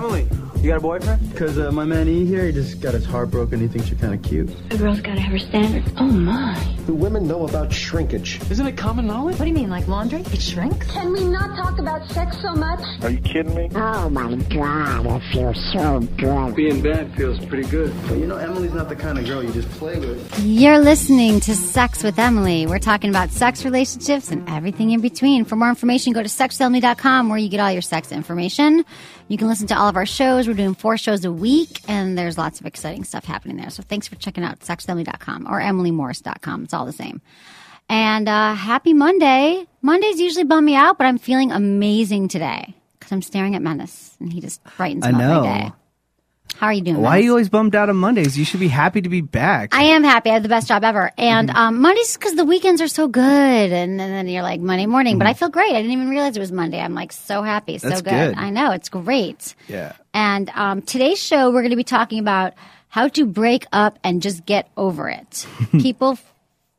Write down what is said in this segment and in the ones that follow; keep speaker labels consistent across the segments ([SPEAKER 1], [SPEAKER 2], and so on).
[SPEAKER 1] You got a boyfriend?
[SPEAKER 2] Because uh, my man E here, he just got his heart broken. He thinks you're kind of cute.
[SPEAKER 3] A girl's gotta have her standards. Oh my.
[SPEAKER 4] Do women know about shrinkage?
[SPEAKER 5] Isn't it common knowledge?
[SPEAKER 6] What do you mean, like laundry? It shrinks?
[SPEAKER 7] Can we not talk about sex so much?
[SPEAKER 8] Are you kidding me?
[SPEAKER 9] Oh my god, I feel so good.
[SPEAKER 10] Being bad feels pretty good.
[SPEAKER 2] But you know, Emily's not the kind of girl you just play with.
[SPEAKER 11] You're listening to Sex with Emily. We're talking about sex relationships and everything in between. For more information, go to sexwithemily.com where you get all your sex information. You can listen to all of our shows. We're doing four shows a week, and there's lots of exciting stuff happening there. So thanks for checking out sexwithemily.com or emilymorris.com. It's all the same. And uh, happy Monday. Mondays usually bum me out, but I'm feeling amazing today because I'm staring at Menace, and he just brightens
[SPEAKER 12] I
[SPEAKER 11] up
[SPEAKER 12] know.
[SPEAKER 11] my day. How are you doing?
[SPEAKER 12] Why are
[SPEAKER 11] Menace?
[SPEAKER 12] you always bummed out on Mondays? You should be happy to be back.
[SPEAKER 11] I am happy. I have the best job ever. And
[SPEAKER 12] Mm-hmm.
[SPEAKER 11] um, Mondays because the weekends are so good, and, and then you're like Monday morning. But I feel great. I didn't even realize it was Monday. I'm like so happy, so
[SPEAKER 12] Mm-hmm. That's good.
[SPEAKER 11] I know it's great.
[SPEAKER 12] yeah.
[SPEAKER 11] And um, today's show, we're going to be talking about how to break up and just get over it. people,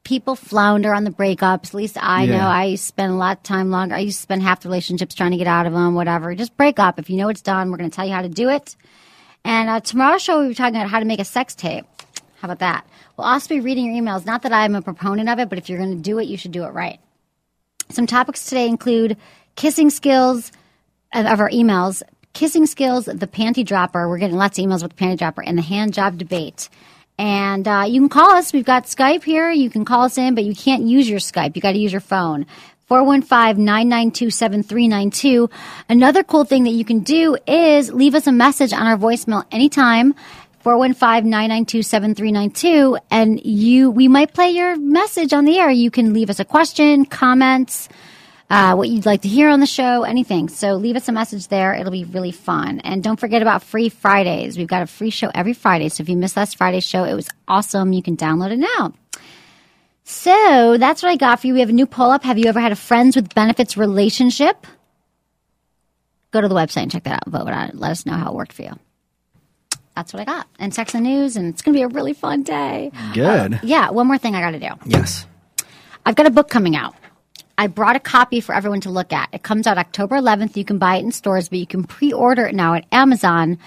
[SPEAKER 11] people flounder on the breakups. At least I
[SPEAKER 12] Yeah.
[SPEAKER 11] know. I spend a lot of time longer. I used to spend half the relationships trying to get out of them. Whatever, just break up. If you know it's done, we're going to tell you how to do it. And uh, tomorrow's show, we'll be talking about how to make a sex tape. How about that? We'll also be reading your emails. Not that I'm a proponent of it, but if you're going to do it, you should do it right. Some topics today include kissing skills of, of our emails, kissing skills, the panty dropper. We're getting lots of emails with the panty dropper and the hand job debate. And uh, you can call us. We've got Skype here. You can call us in, but you can't use your Skype. You got to use your phone. 415-992-7392. Another cool thing that you can do is leave us a message on our voicemail anytime. 415-992-7392 and you we might play your message on the air. You can leave us a question, comments, uh, what you'd like to hear on the show, anything. So leave us a message there. It'll be really fun. And don't forget about free Fridays. We've got a free show every Friday. So if you missed last Friday's show, it was awesome. You can download it now. So that's what I got for you. We have a new poll up. Have you ever had a friends with benefits relationship? Go to the website and check that out. Vote on it. Let us know how it worked for you. That's what I got. And sex and news, and it's going to be a really fun day.
[SPEAKER 12] Good.
[SPEAKER 11] Yeah, one more thing I got to do.
[SPEAKER 12] yes.
[SPEAKER 11] I've got a book coming out. I brought a copy for everyone to look at. It comes out October 11th. You can buy it in stores, but you can pre order it now at Amazon.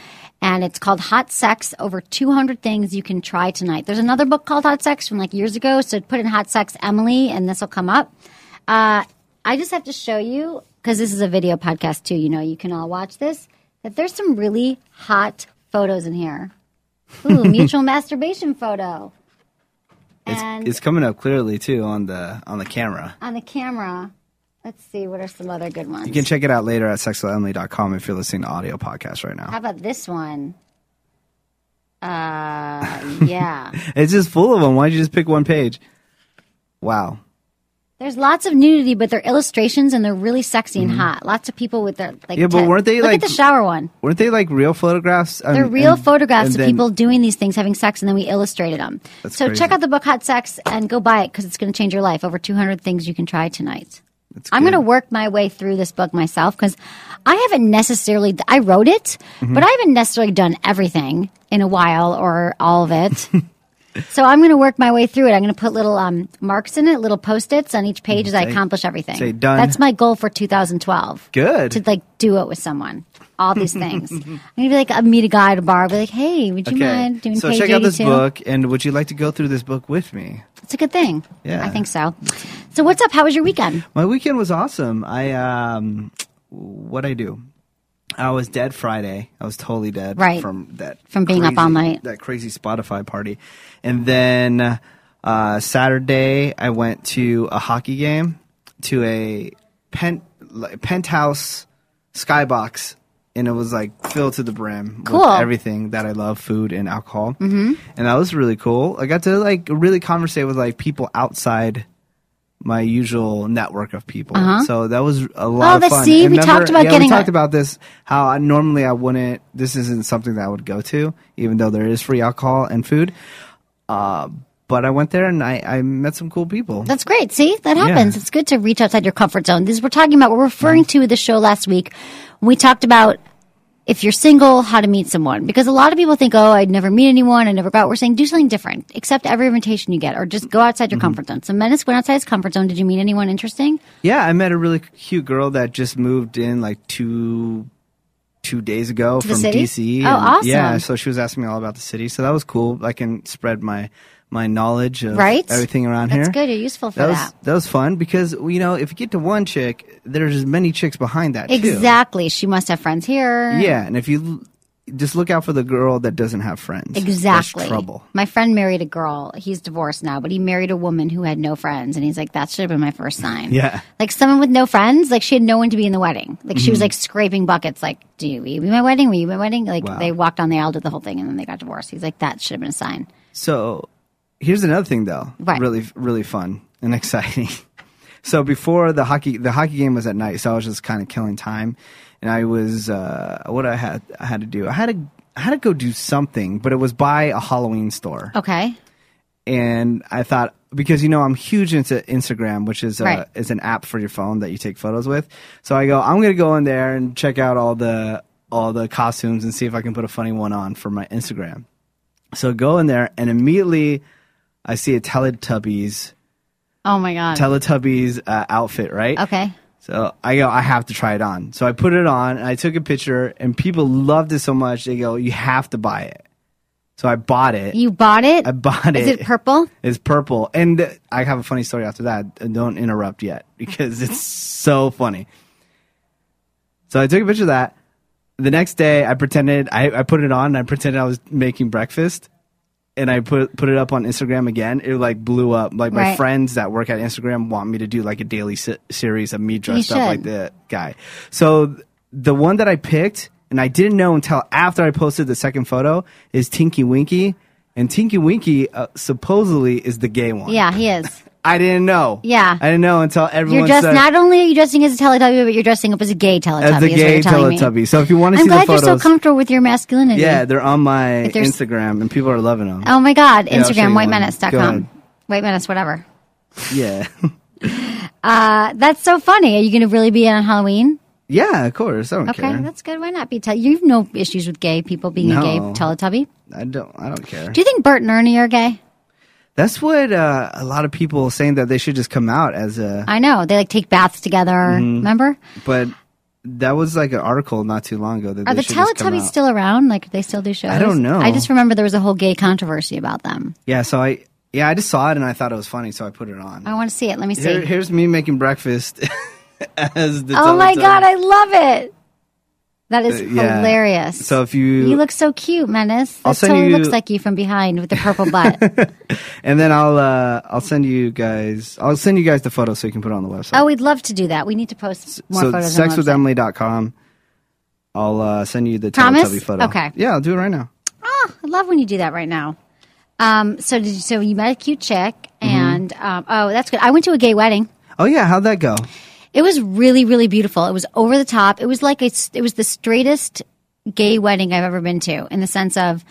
[SPEAKER 11] And it's called Hot Sex Over 200 Things You Can Try Tonight. There's another book called Hot Sex from like years ago. So put in Hot Sex Emily, and this will come up. Uh, I just have to show you, because this is a video podcast too, you know, you can all watch this, that there's some really hot photos in here. Ooh, mutual masturbation photo. And-
[SPEAKER 12] It's, it's coming up clearly too on the on the camera.
[SPEAKER 11] on the camera. Let's see, what are some other good ones?
[SPEAKER 12] You can check it out later at sexualemily.com if you're listening to audio podcast right
[SPEAKER 11] How
[SPEAKER 12] now.
[SPEAKER 11] about this one? Uh, yeah.
[SPEAKER 12] It's just full of them. Why'd you just pick one page? Wow.
[SPEAKER 11] There's lots of nudity, but they're illustrations and they're really sexy and hot. Lots of people with their like.
[SPEAKER 12] Mm-hmm. Yeah, but
[SPEAKER 11] te-
[SPEAKER 12] weren't they,
[SPEAKER 11] look
[SPEAKER 12] like-
[SPEAKER 11] at the shower one?
[SPEAKER 12] Weren't they like real photographs?
[SPEAKER 11] They're
[SPEAKER 12] And-
[SPEAKER 11] real
[SPEAKER 12] and-
[SPEAKER 11] photographs
[SPEAKER 12] and
[SPEAKER 11] of
[SPEAKER 12] then-
[SPEAKER 11] people doing these things, having sex, and then we illustrated them.
[SPEAKER 12] That's
[SPEAKER 11] So check
[SPEAKER 12] crazy.
[SPEAKER 11] out the book Hot Sex and go buy it because it's going to change your life. Over 200 things you can try tonight.
[SPEAKER 12] That's
[SPEAKER 11] I'm
[SPEAKER 12] good.
[SPEAKER 11] going to work my way through this book myself because I haven't necessarily I wrote it,
[SPEAKER 12] Mm-hmm.
[SPEAKER 11] but I haven't necessarily done everything in a while or all of it. so I'm going to work my way through it. I'm going to put little um, marks in it, little post its on each page as I
[SPEAKER 12] Say-
[SPEAKER 11] accomplish everything.
[SPEAKER 12] say done.
[SPEAKER 11] That's my goal for 2012
[SPEAKER 12] Good.
[SPEAKER 11] to like do it with someone. All these things. I'm gonna be like, I meet a guy at a bar. I'll be like, hey, would you mind doing
[SPEAKER 12] so
[SPEAKER 11] page
[SPEAKER 12] check out this
[SPEAKER 11] 82?
[SPEAKER 12] book, and would you like to go through this book with me?
[SPEAKER 11] It's a good thing.
[SPEAKER 12] Yeah.
[SPEAKER 11] I think so. So what's up? How was your weekend?
[SPEAKER 12] My weekend was awesome. I um, what I do? I was dead Friday. I was totally dead.
[SPEAKER 11] Right.
[SPEAKER 12] from that
[SPEAKER 11] From being up
[SPEAKER 12] crazy-
[SPEAKER 11] all night.
[SPEAKER 12] That crazy Spotify party, and then uh, Saturday I went to a hockey game to a pent like, penthouse skybox. And it was like filled to the brim
[SPEAKER 11] Cool.
[SPEAKER 12] with everything that I love, food and alcohol, mm-hmm. and that was really cool. I got to like really conversate with like people outside my usual network of people. So that was a lot
[SPEAKER 11] Uh-huh. Oh,
[SPEAKER 12] of
[SPEAKER 11] that's-
[SPEAKER 12] fun.
[SPEAKER 11] see,
[SPEAKER 12] And
[SPEAKER 11] we talked about
[SPEAKER 12] yeah,
[SPEAKER 11] getting
[SPEAKER 12] we talked
[SPEAKER 11] a-
[SPEAKER 12] about this how I, normally I wouldn't this isn't something that I would go to even though there is free alcohol and food. Uh, but I went there and I, I met some cool people.
[SPEAKER 11] That's great. See, that happens. It's good to reach outside your comfort zone. This is we're talking about. We're referring to the show last week. We talked about if you're single, how to meet someone. Because a lot of people think, oh, I'd never meet anyone. I never go out. We're saying do something different. Accept every invitation you get, or just go outside your
[SPEAKER 12] Mm-hmm.
[SPEAKER 11] comfort zone. So Menace went outside his comfort zone. Did you meet anyone interesting?
[SPEAKER 12] yeah, I met a really cute girl that just moved in like two two two days ago
[SPEAKER 11] the
[SPEAKER 12] from
[SPEAKER 11] city?
[SPEAKER 12] DC. and-
[SPEAKER 11] Oh, awesome.
[SPEAKER 12] Yeah, so she was asking me all about the city. So that was cool. I can spread my my knowledge of
[SPEAKER 11] Right?
[SPEAKER 12] everything around
[SPEAKER 11] That's
[SPEAKER 12] here.
[SPEAKER 11] good. You're useful for
[SPEAKER 12] That was
[SPEAKER 11] that.
[SPEAKER 12] that was fun because you know if you get to one chick, there's as many chicks behind that. too.
[SPEAKER 11] Exactly. She must have friends here.
[SPEAKER 12] Yeah, and if you l- just look out for the girl that doesn't have friends, That's
[SPEAKER 11] Exactly.
[SPEAKER 12] trouble.
[SPEAKER 11] My friend married a girl. He's divorced now, but he married a woman who had no friends. And he's like, that should have been my first sign.
[SPEAKER 12] Yeah.
[SPEAKER 11] Like someone with no friends, like she had no one to be in the wedding. Like she
[SPEAKER 12] Mm-hmm.
[SPEAKER 11] was like scraping buckets, like, do you will you be my wedding? Will you be my wedding? Like
[SPEAKER 12] Wow.
[SPEAKER 11] they walked on the aisle, did the whole thing, and then they got divorced. He's like, that should have been a sign.
[SPEAKER 12] So here's another thing though.
[SPEAKER 11] Right.
[SPEAKER 12] Really really fun and exciting. so before the hockey the hockey game was at night, so I was just kind of killing time and I was uh what I had I had to do. I had to I had to go do something, but it was by a Halloween store.
[SPEAKER 11] Okay.
[SPEAKER 12] And I thought because you know I'm huge into Instagram, which is a,
[SPEAKER 11] Right.
[SPEAKER 12] is an app for your phone that you take photos with. So I go, I'm going to go in there and check out all the all the costumes and see if I can put a funny one on for my Instagram. So go in there and immediately I see a Teletubbies
[SPEAKER 11] Oh my God.
[SPEAKER 12] Teletubbies uh, outfit, right?
[SPEAKER 11] okay.
[SPEAKER 12] So I go, I have to try it on. So I put it on and I took a picture and people loved it so much they go, you have to buy it. So I bought it.
[SPEAKER 11] You bought it?
[SPEAKER 12] I bought
[SPEAKER 11] Is
[SPEAKER 12] it.
[SPEAKER 11] it purple?
[SPEAKER 12] It's purple. And uh, I have a funny story after that. Uh, Don't interrupt yet because it's so funny. So I took a picture of that. The next day, I pretended, I, I put it on and I pretended I was making breakfast. And I put put it up on Instagram again. It like blew up. Like my
[SPEAKER 11] Right.
[SPEAKER 12] friends that work at Instagram want me to do like a daily se- series of me dressed up
[SPEAKER 11] should.
[SPEAKER 12] like the guy. So th- the one that I picked, and I didn't know until after I posted the second photo, is Tinky Winky, and Tinky Winky uh, supposedly is the gay one.
[SPEAKER 11] Yeah, he is.
[SPEAKER 12] I didn't know.
[SPEAKER 11] Yeah.
[SPEAKER 12] I didn't know until
[SPEAKER 11] You're
[SPEAKER 12] everyone
[SPEAKER 11] just
[SPEAKER 12] said
[SPEAKER 11] not only are you dressing as a Teletubby, but you're dressing up as a gay Teletubby.
[SPEAKER 12] as the
[SPEAKER 11] is what
[SPEAKER 12] gay
[SPEAKER 11] you're telling me.
[SPEAKER 12] Teletubby. So if you want to
[SPEAKER 11] I'm
[SPEAKER 12] see
[SPEAKER 11] glad
[SPEAKER 12] the photos,
[SPEAKER 11] you're so comfortable with your masculinity.
[SPEAKER 12] yeah, they're on my
[SPEAKER 11] If there's-
[SPEAKER 12] Instagram, and people are loving them.
[SPEAKER 11] Oh my
[SPEAKER 12] I'll
[SPEAKER 11] God.
[SPEAKER 12] show you
[SPEAKER 11] Instagram,
[SPEAKER 12] one. Go ahead.
[SPEAKER 11] whitemenace.com. White Menace, whatever. Uh,
[SPEAKER 12] Yeah,
[SPEAKER 11] That's so funny. Are you going to really be on Halloween?
[SPEAKER 12] yeah, of course. I don't
[SPEAKER 11] Okay,
[SPEAKER 12] care.
[SPEAKER 11] that's good. Why not be? Te- you've no issues with gay people being a gay
[SPEAKER 12] No.
[SPEAKER 11] Teletubby.
[SPEAKER 12] I don't. I don't care.
[SPEAKER 11] Do you think Bert and Ernie are gay?
[SPEAKER 12] That's what uh, a lot of people are saying that they should just come out as a.
[SPEAKER 11] I know they like take baths together.
[SPEAKER 12] Mm-hmm.
[SPEAKER 11] Remember?
[SPEAKER 12] But that was like an article not too long ago. That
[SPEAKER 11] Are
[SPEAKER 12] they
[SPEAKER 11] the
[SPEAKER 12] should just come
[SPEAKER 11] Teletubbies
[SPEAKER 12] out.
[SPEAKER 11] still around? Like do they still do shows?
[SPEAKER 12] I don't know.
[SPEAKER 11] I just remember there was a whole gay controversy about them.
[SPEAKER 12] Yeah. So I. Yeah, I just saw it and I thought it was funny, so I put it on.
[SPEAKER 11] I want to see it. Let me see.
[SPEAKER 12] Here, here's me making breakfast as the.
[SPEAKER 11] oh my
[SPEAKER 12] Teletubbies.
[SPEAKER 11] god, I love it. That is
[SPEAKER 12] Uh, yeah.
[SPEAKER 11] hilarious.
[SPEAKER 12] So if you-
[SPEAKER 11] you look so cute, Menace. That
[SPEAKER 12] I'll send
[SPEAKER 11] totally
[SPEAKER 12] you-
[SPEAKER 11] looks like you from behind with the purple butt.
[SPEAKER 12] And then I'll uh, I'll send you guys I'll send you guys the photo so you can put it on the website.
[SPEAKER 11] oh, we'd love to do that. We need to post more
[SPEAKER 12] so
[SPEAKER 11] photos. on the website.
[SPEAKER 12] sexwithemily.com. I'll uh, send you the
[SPEAKER 11] Promise?
[SPEAKER 12] Teletubby photo.
[SPEAKER 11] Okay.
[SPEAKER 12] Yeah, I'll do it right now.
[SPEAKER 11] Ah, I love when you do that right now. Um, so did you, so you met a cute chick,
[SPEAKER 12] Mm-hmm.
[SPEAKER 11] and um, oh, that's good. I went to a gay wedding.
[SPEAKER 12] Oh yeah, how'd that go?
[SPEAKER 11] It was really, really beautiful. It was over the top. It was like it's it was the straightest gay wedding I've ever been to, in the sense of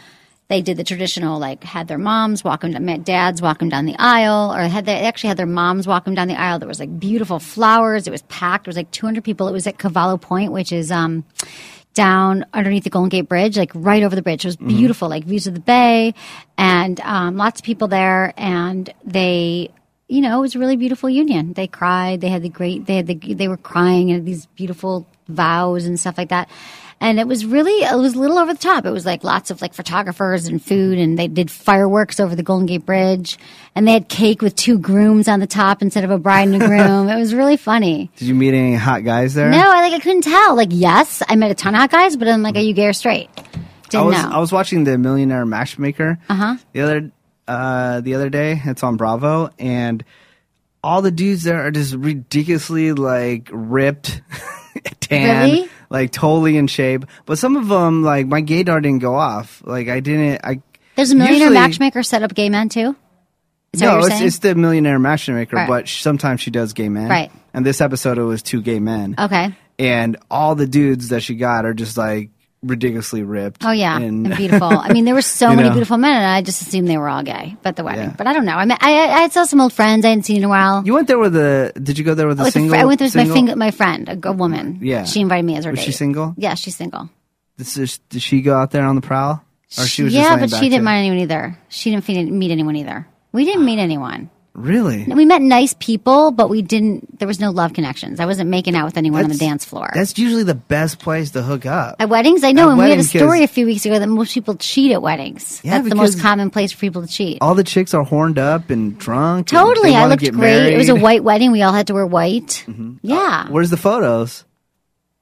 [SPEAKER 11] they did the traditional like had their moms walk them, met dads walk them down the aisle, or had they they actually had their moms walk them down the aisle. There was like beautiful flowers. It was packed. It was like 200 people. It was at Cavallo Point, which is um down underneath the Golden Gate Bridge, like right over the bridge. It was beautiful, like views of the bay, and um, lots of people there, and they you know, it was a really beautiful union. They cried. They had the great. They had the. They were crying and these beautiful vows and stuff like that. And it was really. It was a little over the top. It was like lots of like photographers and food, and they did fireworks over the Golden Gate Bridge, and they had cake with two grooms on the top instead of a bride and a groom. it was really funny.
[SPEAKER 12] Did you meet any hot guys there?
[SPEAKER 11] No, I like I couldn't tell. Like, yes, I met a ton of hot guys, but I'm like, are you gay or straight?
[SPEAKER 12] I
[SPEAKER 11] Didn't
[SPEAKER 12] was
[SPEAKER 11] know.
[SPEAKER 12] I was watching the Millionaire Matchmaker uh-huh. the other uh, the other day. It's on Bravo, and all the dudes there are just ridiculously like ripped, tan,
[SPEAKER 11] Really?
[SPEAKER 12] like totally in shape. But some of them, like my gaydar didn't go off. Like I didn't. I
[SPEAKER 11] There's a millionaire
[SPEAKER 12] usually-
[SPEAKER 11] matchmaker set up gay men too. Is that
[SPEAKER 12] no,
[SPEAKER 11] what you're
[SPEAKER 12] it's,
[SPEAKER 11] saying?
[SPEAKER 12] it's the Millionaire Matchmaker,
[SPEAKER 11] Right.
[SPEAKER 12] but sh- sometimes she does gay men.
[SPEAKER 11] Right. Oh.
[SPEAKER 12] And this episode, it was two gay men.
[SPEAKER 11] okay.
[SPEAKER 12] And all the dudes that she got are just like ridiculously ripped.
[SPEAKER 11] Oh yeah,
[SPEAKER 12] and-
[SPEAKER 11] and, beautiful. I mean, there were so
[SPEAKER 12] You
[SPEAKER 11] many
[SPEAKER 12] know.
[SPEAKER 11] beautiful men, and I just assumed they were all gay at the wedding.
[SPEAKER 12] Yeah.
[SPEAKER 11] But I don't know. I mean, I, I I saw some old friends I hadn't seen in a while.
[SPEAKER 12] You went there with a? Did you go there with a
[SPEAKER 11] With a fr-
[SPEAKER 12] single?
[SPEAKER 11] I went there with my
[SPEAKER 12] single?
[SPEAKER 11] fing- my friend, a, g- a woman.
[SPEAKER 12] Yeah.
[SPEAKER 11] she invited me as her
[SPEAKER 12] Was
[SPEAKER 11] date.
[SPEAKER 12] she single?
[SPEAKER 11] Yeah, she's single.
[SPEAKER 12] This is- did she go out there on the prowl, or Oh, she was
[SPEAKER 11] yeah,
[SPEAKER 12] just laying
[SPEAKER 11] but
[SPEAKER 12] back
[SPEAKER 11] she didn't
[SPEAKER 12] too?
[SPEAKER 11] mind anyone either. She didn't fe- meet anyone either. We didn't meet anyone.
[SPEAKER 12] Really?
[SPEAKER 11] We met nice people, but we didn't. There was no love connections. I wasn't making out with anyone on the
[SPEAKER 12] That's-
[SPEAKER 11] dance floor.
[SPEAKER 12] That's usually the best place to hook up.
[SPEAKER 11] At weddings, I know,
[SPEAKER 12] At
[SPEAKER 11] and we had a
[SPEAKER 12] weddings, 'cause-
[SPEAKER 11] story a few weeks ago that most people cheat at weddings.
[SPEAKER 12] Yeah,
[SPEAKER 11] That's the most
[SPEAKER 12] because-
[SPEAKER 11] common place for people to cheat.
[SPEAKER 12] All the chicks are horned up and drunk. and
[SPEAKER 11] totally,
[SPEAKER 12] they
[SPEAKER 11] I
[SPEAKER 12] wanna
[SPEAKER 11] looked
[SPEAKER 12] get
[SPEAKER 11] great. It was a
[SPEAKER 12] married. Mm-hmm. Oh,
[SPEAKER 11] white wedding. We all had to wear white. Yeah,
[SPEAKER 12] Where's the photos?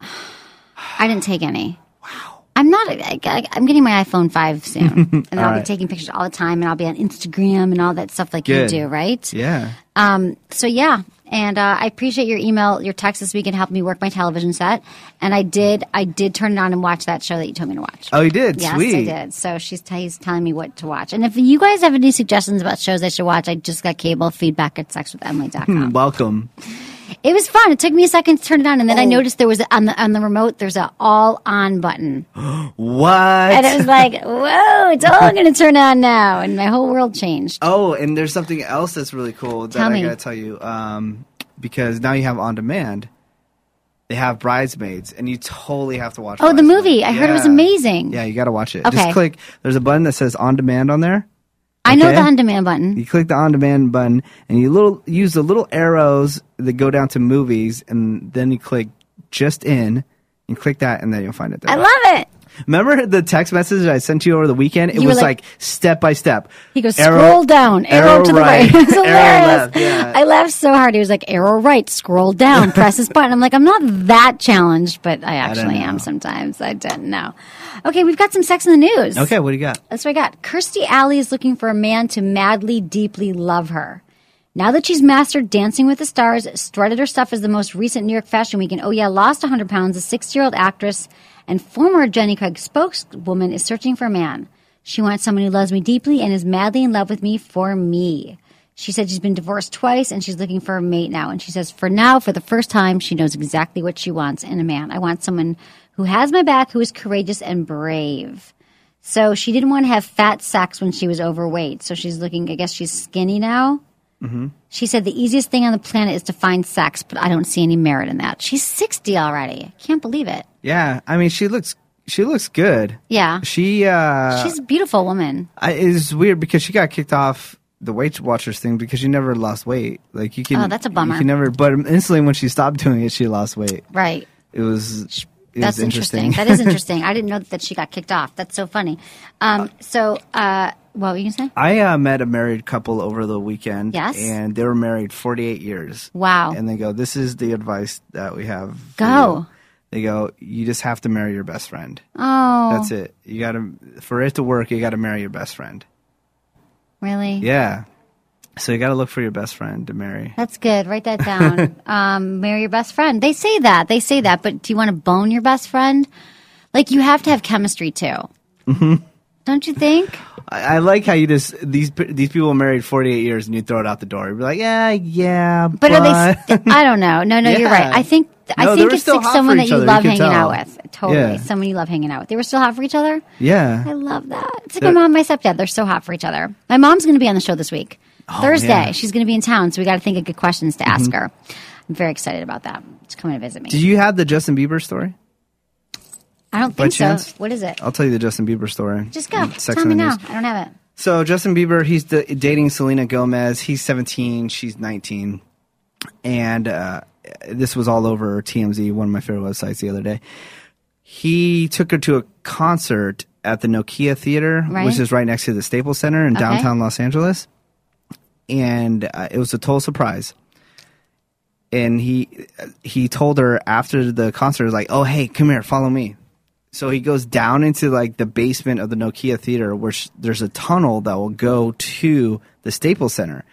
[SPEAKER 11] I didn't take any. Wow, I'm not. I, I, I'm getting my iPhone five soon, and I'll
[SPEAKER 12] right.
[SPEAKER 11] be taking pictures all the time, and I'll be on Instagram and all that stuff like
[SPEAKER 12] Good.
[SPEAKER 11] you do, right?
[SPEAKER 12] Yeah.
[SPEAKER 11] Um, so yeah, and uh, I appreciate your email, your text this week, and helped me work my television set. And I did, I did turn it on and watch that show that you told me to watch.
[SPEAKER 12] Oh, you did.
[SPEAKER 11] yes,
[SPEAKER 12] Sweet.
[SPEAKER 11] I did. So she's t- he's telling me what to watch. And if you guys have any suggestions about shows I should watch, I just got cable feedback at sexwithemily.com.
[SPEAKER 12] Mm, Welcome.
[SPEAKER 11] it was fun. It took me a second to turn it on, and then I noticed there was on the on the remote there's a all on button,
[SPEAKER 12] What?
[SPEAKER 11] and it was like, whoa, it's all going to turn on now, and my whole world changed.
[SPEAKER 12] oh, and there's something else that's really cool that
[SPEAKER 11] Tell
[SPEAKER 12] I
[SPEAKER 11] me.
[SPEAKER 12] gotta tell you. Um, because now you have on demand. They have bridesmaids, and you totally have to watch.
[SPEAKER 11] Oh, the
[SPEAKER 12] Bridesmaids.
[SPEAKER 11] movie. I heard it was
[SPEAKER 12] Yeah.
[SPEAKER 11] amazing.
[SPEAKER 12] Yeah, you gotta watch it.
[SPEAKER 11] Okay.
[SPEAKER 12] Just click. There's a button that says on demand on there.
[SPEAKER 11] I know
[SPEAKER 12] Okay.
[SPEAKER 11] the on demand button.
[SPEAKER 12] You click the on demand button and you little use the little arrows that go down to movies and then you click just in and click that and then you'll find it there.
[SPEAKER 11] I love it.
[SPEAKER 12] Remember the text message I sent you over the weekend? It
[SPEAKER 11] You were
[SPEAKER 12] was
[SPEAKER 11] like-
[SPEAKER 12] like, step by step.
[SPEAKER 11] He goes, scroll down, arrow, to the right. It's hilarious.
[SPEAKER 12] yeah.
[SPEAKER 11] I laughed so hard. He was like, arrow right, scroll down, press this button. I'm like, I'm not that challenged, but I actually
[SPEAKER 12] know.
[SPEAKER 11] am sometimes. I don't know. Okay, we've got some sex in the news.
[SPEAKER 12] okay, what do you got?
[SPEAKER 11] That's what I got. Kirstie Alley is looking for a man to madly, deeply love her. Now that she's mastered Dancing with the Stars, strutted her stuff as the most recent New York Fashion Week, and oh yeah, lost 100 pounds, a 60-year-old actress and former Jenny Craig spokeswoman is searching for a man. She wants someone who loves me deeply and is madly in love with me for me. She said she's been divorced twice and she's looking for a mate now. And she says, for now, for the first time, she knows exactly what she wants in a man. I want someone who has my back, who is courageous and brave. So she didn't want to have fat sex when she was overweight. So she's looking, I guess she's skinny now. She said the easiest thing on the planet is to find sex, but I don't see any merit in that. She's 60 already. I can't believe it.
[SPEAKER 12] Yeah, I mean she looks she looks good.
[SPEAKER 11] Yeah.
[SPEAKER 12] She uh
[SPEAKER 11] She's a beautiful woman.
[SPEAKER 12] I, it's weird because she got kicked off the Weight Watchers thing because she never lost weight. Like you can
[SPEAKER 11] Oh, that's a bummer.
[SPEAKER 12] You can never but instantly when she stopped doing it she lost weight.
[SPEAKER 11] Right.
[SPEAKER 12] It was it
[SPEAKER 11] That's
[SPEAKER 12] was interesting.
[SPEAKER 11] interesting. that is interesting. I didn't know that she got kicked off. That's so funny. Um, so, uh, what were you going to say?
[SPEAKER 12] I uh, met a married couple over the weekend.
[SPEAKER 11] Yes.
[SPEAKER 12] And they were married 48 years.
[SPEAKER 11] Wow.
[SPEAKER 12] And they go, This is the advice that we have. for
[SPEAKER 11] Go.
[SPEAKER 12] you." They go, You just have to marry your best friend.
[SPEAKER 11] Oh,
[SPEAKER 12] That's it. You got to, for it to work, you got to marry your best friend.
[SPEAKER 11] really?
[SPEAKER 12] Yeah. So you got to look for your best friend to marry.
[SPEAKER 11] That's good. Write that down. um, marry your best friend. They say that. They say that. But do you want to bone your best friend? Like, you have to have chemistry too. Mm-hmm. Don't you think?
[SPEAKER 12] I, I like how you just, these p- these people married 48 years and you throw it out the door. You're like, Yeah, yeah. But,
[SPEAKER 11] But are they? St- I don't know. No, no, you're
[SPEAKER 12] Yeah.
[SPEAKER 11] right. I think I
[SPEAKER 12] No, they
[SPEAKER 11] think
[SPEAKER 12] were
[SPEAKER 11] it's
[SPEAKER 12] still
[SPEAKER 11] like
[SPEAKER 12] hot for
[SPEAKER 11] someone that
[SPEAKER 12] each
[SPEAKER 11] you
[SPEAKER 12] other, you
[SPEAKER 11] love
[SPEAKER 12] could
[SPEAKER 11] hanging
[SPEAKER 12] tell.
[SPEAKER 11] out with. Totally,
[SPEAKER 12] Yeah.
[SPEAKER 11] someone you love hanging out with. They were still hot for each other.
[SPEAKER 12] yeah.
[SPEAKER 11] I love that. It's like my mom and my stepdad. They're so hot for each other. My mom's going to be on the show this week, Thursday.
[SPEAKER 12] Oh, yeah. Mm-hmm.
[SPEAKER 11] She's going to be in town, so we got to think of good questions to ask her. I'm very excited about that. She's coming to visit me.
[SPEAKER 12] Did you have the Justin Bieber story?
[SPEAKER 11] I don't
[SPEAKER 12] by
[SPEAKER 11] think so.
[SPEAKER 12] chance?
[SPEAKER 11] What is it?
[SPEAKER 12] I'll tell you the Justin Bieber story.
[SPEAKER 11] Just go.
[SPEAKER 12] Mm, Sex
[SPEAKER 11] Tell
[SPEAKER 12] in
[SPEAKER 11] me
[SPEAKER 12] the
[SPEAKER 11] now.
[SPEAKER 12] News.
[SPEAKER 11] I don't have it.
[SPEAKER 12] So Justin Bieber, he's d dating Selena Gomez. He's 17, she's 19, and uh, this was all over TMZ, one of my favorite websites, the other day. He took her to a concert at the Nokia Theater,
[SPEAKER 11] Right.
[SPEAKER 12] which is right next to the Staples Center in
[SPEAKER 11] Okay.
[SPEAKER 12] downtown Los Angeles, and uh, it was a total surprise. And he he told her after the concert, he was like, "Oh, hey, come here, follow me." So he goes down into like the basement of the Nokia Theater, where sh- there's a tunnel that will go to the Staples Center.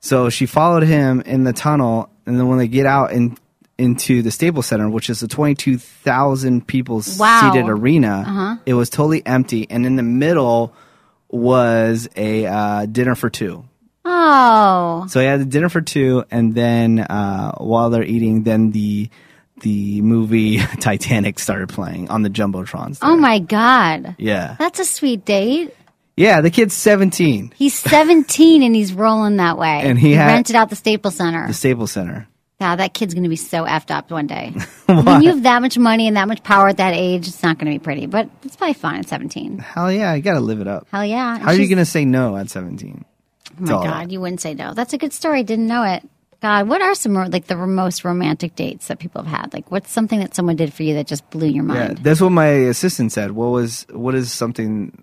[SPEAKER 12] So she followed him in the tunnel, and then when they get out in, into the Staples Center, which is a 22,000 people
[SPEAKER 11] Wow.
[SPEAKER 12] seated arena, it was totally empty. And in the middle was a uh, dinner for two.
[SPEAKER 11] Oh,
[SPEAKER 12] So he had the dinner for two, and then uh, while they're eating, then the the movie Titanic started playing on the jumbotrons.
[SPEAKER 11] oh my God.
[SPEAKER 12] Yeah,
[SPEAKER 11] That's a sweet date.
[SPEAKER 12] yeah. The kid's seventeen.
[SPEAKER 11] He's 17 and he's rolling that way.
[SPEAKER 12] And he had-
[SPEAKER 11] rented out the Staples Center.
[SPEAKER 12] The Staples Center.
[SPEAKER 11] Wow, that kid's going to be so effed up one day. when you have that much money and that much power at that age, it's not going to be pretty, but it's probably fine at 17.
[SPEAKER 12] Hell yeah, you gotta live it up.
[SPEAKER 11] Hell yeah.
[SPEAKER 12] How are you gonna say no at seventeen?
[SPEAKER 11] Oh my
[SPEAKER 12] all
[SPEAKER 11] God, you wouldn't say no. That's a good story. Didn't know it. God, what are some ro- like the most romantic dates that people have had? Like, what's something that someone did for you that just blew your
[SPEAKER 12] Yeah,
[SPEAKER 11] mind?
[SPEAKER 12] that's what my assistant said. What was what is something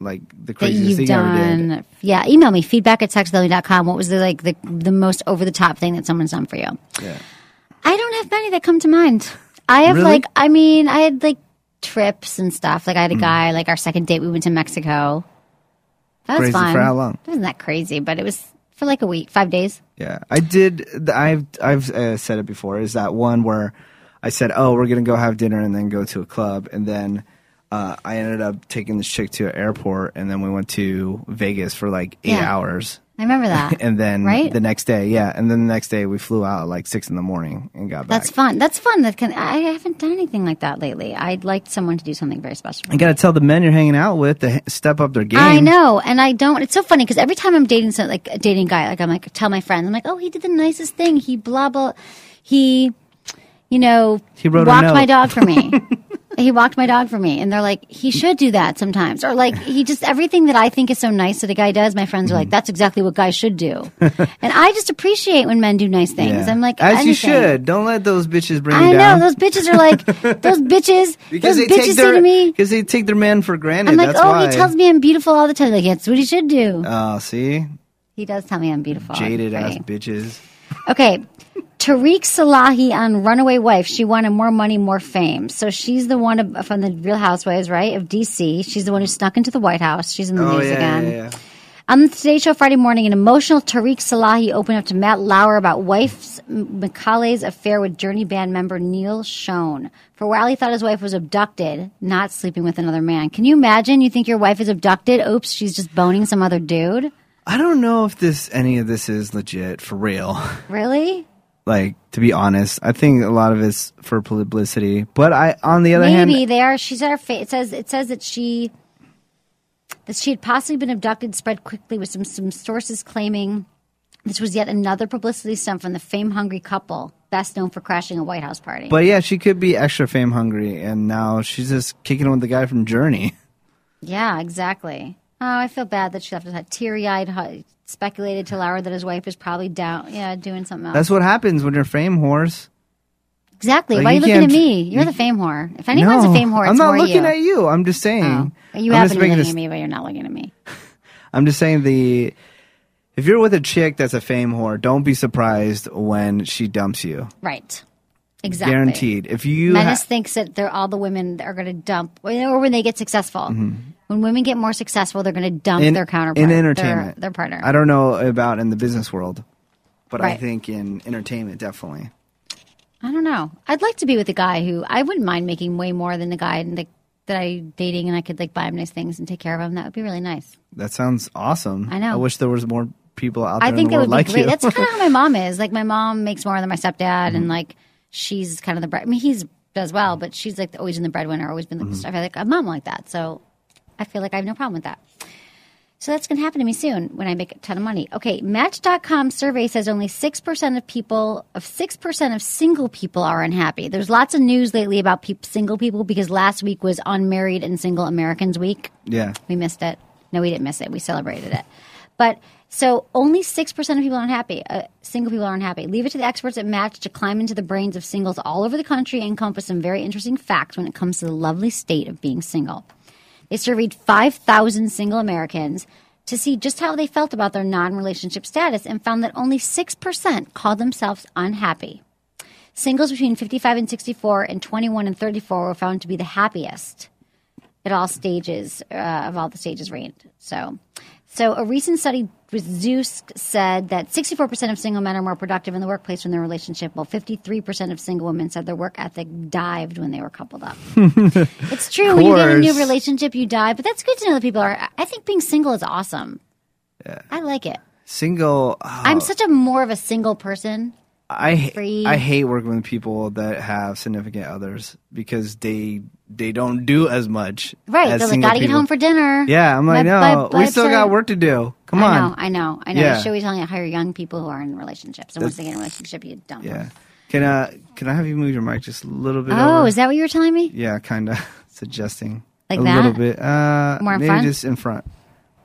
[SPEAKER 12] like the
[SPEAKER 11] that
[SPEAKER 12] craziest
[SPEAKER 11] you've
[SPEAKER 12] thing you ever did?
[SPEAKER 11] done. Yeah, email me feedback at sexdaily.com. What was the like the the most over the top thing that someone's done for you?
[SPEAKER 12] Yeah.
[SPEAKER 11] I don't have many that come to mind. I have
[SPEAKER 12] Really?
[SPEAKER 11] like I mean, I had like trips and stuff. Like I
[SPEAKER 12] Hmm.
[SPEAKER 11] had a guy, like our second date we went to Mexico. That was
[SPEAKER 12] Crazy for
[SPEAKER 11] fun.
[SPEAKER 12] how long?
[SPEAKER 11] It wasn't that crazy, but it was for like a week, five days.
[SPEAKER 12] Yeah, I did. th- I've I've uh, said it before. Is that one where I said, "Oh, we're gonna go have dinner and then go to a club," and then uh, I ended up taking this chick to an airport, and then we went to Vegas for like eight
[SPEAKER 11] Yeah.
[SPEAKER 12] hours,
[SPEAKER 11] I remember that.
[SPEAKER 12] and then
[SPEAKER 11] Right?
[SPEAKER 12] the next day, yeah, and then the next day we flew out at like six in the morning and got
[SPEAKER 11] That's
[SPEAKER 12] back.
[SPEAKER 11] fun. That's fun. That can I haven't done anything like that lately. I'd like someone to do something very special. for
[SPEAKER 12] I gotta tell the men you're hanging out with to h- step up their game.
[SPEAKER 11] I know, and I don't. It's so funny because every time I'm dating some like dating a guy, like I'm like tell my friends, I'm like, oh, he did the nicest thing. He blah blah, he, you know,
[SPEAKER 12] He wrote a
[SPEAKER 11] walked my
[SPEAKER 12] note.
[SPEAKER 11] dog for me. he walked my dog for me, and they're like, he should do that sometimes, or like he just everything that I think is so nice that a guy does. My friends are
[SPEAKER 12] Mm-hmm.
[SPEAKER 11] like, that's exactly what guys should do, and I just appreciate when men do nice things.
[SPEAKER 12] Yeah.
[SPEAKER 11] I'm like,
[SPEAKER 12] as you
[SPEAKER 11] anything.
[SPEAKER 12] should. Don't let those bitches bring
[SPEAKER 11] I
[SPEAKER 12] you down.
[SPEAKER 11] know those bitches are like those bitches.
[SPEAKER 12] because
[SPEAKER 11] those
[SPEAKER 12] they
[SPEAKER 11] bitches
[SPEAKER 12] take
[SPEAKER 11] say
[SPEAKER 12] their
[SPEAKER 11] to me,
[SPEAKER 12] because they take their man for granted.
[SPEAKER 11] I'm like,
[SPEAKER 12] That's
[SPEAKER 11] oh,
[SPEAKER 12] why.
[SPEAKER 11] he tells me I'm beautiful all the time. Like, that's what he should do.
[SPEAKER 12] Oh, see,
[SPEAKER 11] He does tell me I'm beautiful.
[SPEAKER 12] jaded ass
[SPEAKER 11] Right.
[SPEAKER 12] bitches.
[SPEAKER 11] Okay. Tariq Salahi on Runaway Wife. She wanted more money, more fame. So she's the one of- from the Real Housewives, right, of DC. She's the one who snuck into the White House. She's in
[SPEAKER 12] Oh,
[SPEAKER 11] the news again. On the Today Show Friday morning, an emotional Tariq Salahi opened up to Matt Lauer about wife's M- Macaulay's affair with Journey band member Neil Schoen. For a while, he thought his wife was abducted, not sleeping with another man. Can you imagine? You think your wife is abducted? Oops, she's just boning some other dude.
[SPEAKER 12] I don't know if this any of this is legit for real.
[SPEAKER 11] Really?
[SPEAKER 12] like to be honest, I think a lot of it's for publicity. But I, on the other
[SPEAKER 11] Maybe
[SPEAKER 12] hand,
[SPEAKER 11] they are. She's our. Fa- it says it says that she that she had possibly been abducted. Spread quickly with some some sources claiming this was yet another publicity stunt from the fame hungry couple, best known for crashing a White House party.
[SPEAKER 12] but yeah, she could be extra fame hungry, and now she's just kicking it with the guy from Journey.
[SPEAKER 11] yeah, exactly. Oh, I feel bad that she left us teary eyed. Speculated to Lauer that his wife is probably down, yeah, doing something else.
[SPEAKER 12] That's what happens when you're fame horse.
[SPEAKER 11] exactly.
[SPEAKER 12] like,
[SPEAKER 11] Why are you
[SPEAKER 12] you
[SPEAKER 11] looking at
[SPEAKER 12] can't-
[SPEAKER 11] me? You're the fame whore. If anyone's a fame whore, it's
[SPEAKER 12] I'm not
[SPEAKER 11] more
[SPEAKER 12] looking
[SPEAKER 11] you.
[SPEAKER 12] at you. I'm just saying.
[SPEAKER 11] Oh. You
[SPEAKER 12] I'm
[SPEAKER 11] have
[SPEAKER 12] just
[SPEAKER 11] been
[SPEAKER 12] making
[SPEAKER 11] looking
[SPEAKER 12] a
[SPEAKER 11] at me, but you're not looking at me.
[SPEAKER 12] I'm just saying the if you're with a chick that's a fame whore, don't be surprised when she dumps you.
[SPEAKER 11] Right. Exactly.
[SPEAKER 12] Guaranteed. If you ha-
[SPEAKER 11] Menace thinks that they're all the women that are going to dump, or when they get successful. When women get more successful, they're going to dump their counterpart
[SPEAKER 12] Mm-hmm. in
[SPEAKER 11] their-
[SPEAKER 12] entertainment,
[SPEAKER 11] their, partner.
[SPEAKER 12] I don't know about in the business world, but I
[SPEAKER 11] Right.
[SPEAKER 12] think in entertainment, definitely.
[SPEAKER 11] I don't know. I'd like to be with a guy who I wouldn't mind making way more than the guy and the, that I dating, and I could like buy him nice things and take care of him. That would be really nice.
[SPEAKER 12] That sounds awesome.
[SPEAKER 11] I know.
[SPEAKER 12] I wish there was more people out there
[SPEAKER 11] I
[SPEAKER 12] in
[SPEAKER 11] think
[SPEAKER 12] the
[SPEAKER 11] it
[SPEAKER 12] world
[SPEAKER 11] would
[SPEAKER 12] like
[SPEAKER 11] be great.
[SPEAKER 12] you.
[SPEAKER 11] That's kind of how my mom is. Like my mom makes more than my stepdad,
[SPEAKER 12] Mm-hmm.
[SPEAKER 11] and like she's kind of the bread. I mean, he's does well, but she's like always in the breadwinner. Always been like,
[SPEAKER 12] Mm-hmm.
[SPEAKER 11] I've had like a mom like that, so I feel like I have no problem with that. So that's going to happen to me soon when I make a ton of money. Okay, Match.com survey says only 6% of people, of 6% of single people are unhappy. There's lots of news lately about peop single people because last week was Unmarried and Single Americans Week.
[SPEAKER 12] yeah.
[SPEAKER 11] We missed it. No, we didn't miss it. We celebrated it. But so only 6% of people aren't happy. Uh, single people aren't happy. Leave it to the experts at Match to climb into the brains of singles all over the country and encompass some very interesting facts when it comes to the lovely state of being single. They surveyed 5,000 single Americans to see just how they felt about their non relationship status and found that only 6% called themselves unhappy. Singles between 55 and 64 and 21 and 34 were found to be the happiest at all stages uh, of all the stages ranked. So, so a recent study with Zeus said that 64% of single men are more productive in the workplace when they're in a relationship, while 53% of single women said their work ethic dived when they were coupled up. it's true. When you get in a new
[SPEAKER 12] course.
[SPEAKER 11] relationship, you dive, but that's good to know that people are. I think being single is awesome. I like it.
[SPEAKER 12] Single. oh,
[SPEAKER 11] I'm such a more of a single person.
[SPEAKER 12] I
[SPEAKER 11] free.
[SPEAKER 12] I hate working with people that have significant others because they they don't do as much.
[SPEAKER 11] Right.
[SPEAKER 12] As
[SPEAKER 11] They're like,
[SPEAKER 12] single
[SPEAKER 11] gotta get
[SPEAKER 12] people.
[SPEAKER 11] home for dinner.
[SPEAKER 12] Yeah, I'm like,
[SPEAKER 11] My-
[SPEAKER 12] no,
[SPEAKER 11] my
[SPEAKER 12] we
[SPEAKER 11] vibes
[SPEAKER 12] still
[SPEAKER 11] are-
[SPEAKER 12] got work to do. Come
[SPEAKER 11] I
[SPEAKER 12] on.
[SPEAKER 11] know, I know, I know.
[SPEAKER 12] Yeah.
[SPEAKER 11] You should always only hire young people who are in relationships. And once they get in a relationship, you dump them.
[SPEAKER 12] Yeah. Can uh can I have you move your mic just a little bit?
[SPEAKER 11] Oh,
[SPEAKER 12] over?
[SPEAKER 11] is that what you were telling me?
[SPEAKER 12] yeah, kind of suggesting
[SPEAKER 11] Like
[SPEAKER 12] a
[SPEAKER 11] that?
[SPEAKER 12] little bit. Uh,
[SPEAKER 11] More in
[SPEAKER 12] maybe
[SPEAKER 11] front?
[SPEAKER 12] just in front,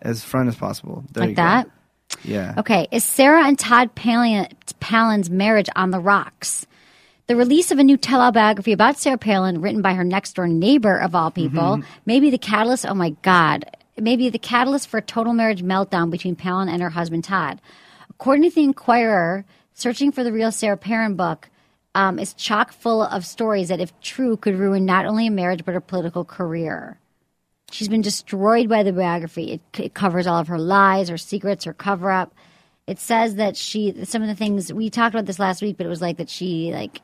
[SPEAKER 12] as front as possible. There you
[SPEAKER 11] like
[SPEAKER 12] go.
[SPEAKER 11] that?
[SPEAKER 12] Yeah.
[SPEAKER 11] Okay. Is Sarah and Todd Palin, Palin's marriage on the rocks? The release of a new tell-all biography about Sarah Palin, written by her next-door neighbor of all people, maybe the catalyst. Oh my God! Maybe the catalyst for a total marriage meltdown between Palin and her husband Todd. According to the Inquirer, searching for the real Sarah Palin book um, is chock full of stories that, if true, could ruin not only a marriage but her political career. She's been destroyed by the biography. It, c- it covers all of her lies, her secrets, her cover up. It says that she some of the things we talked about this last week, but it was like that she like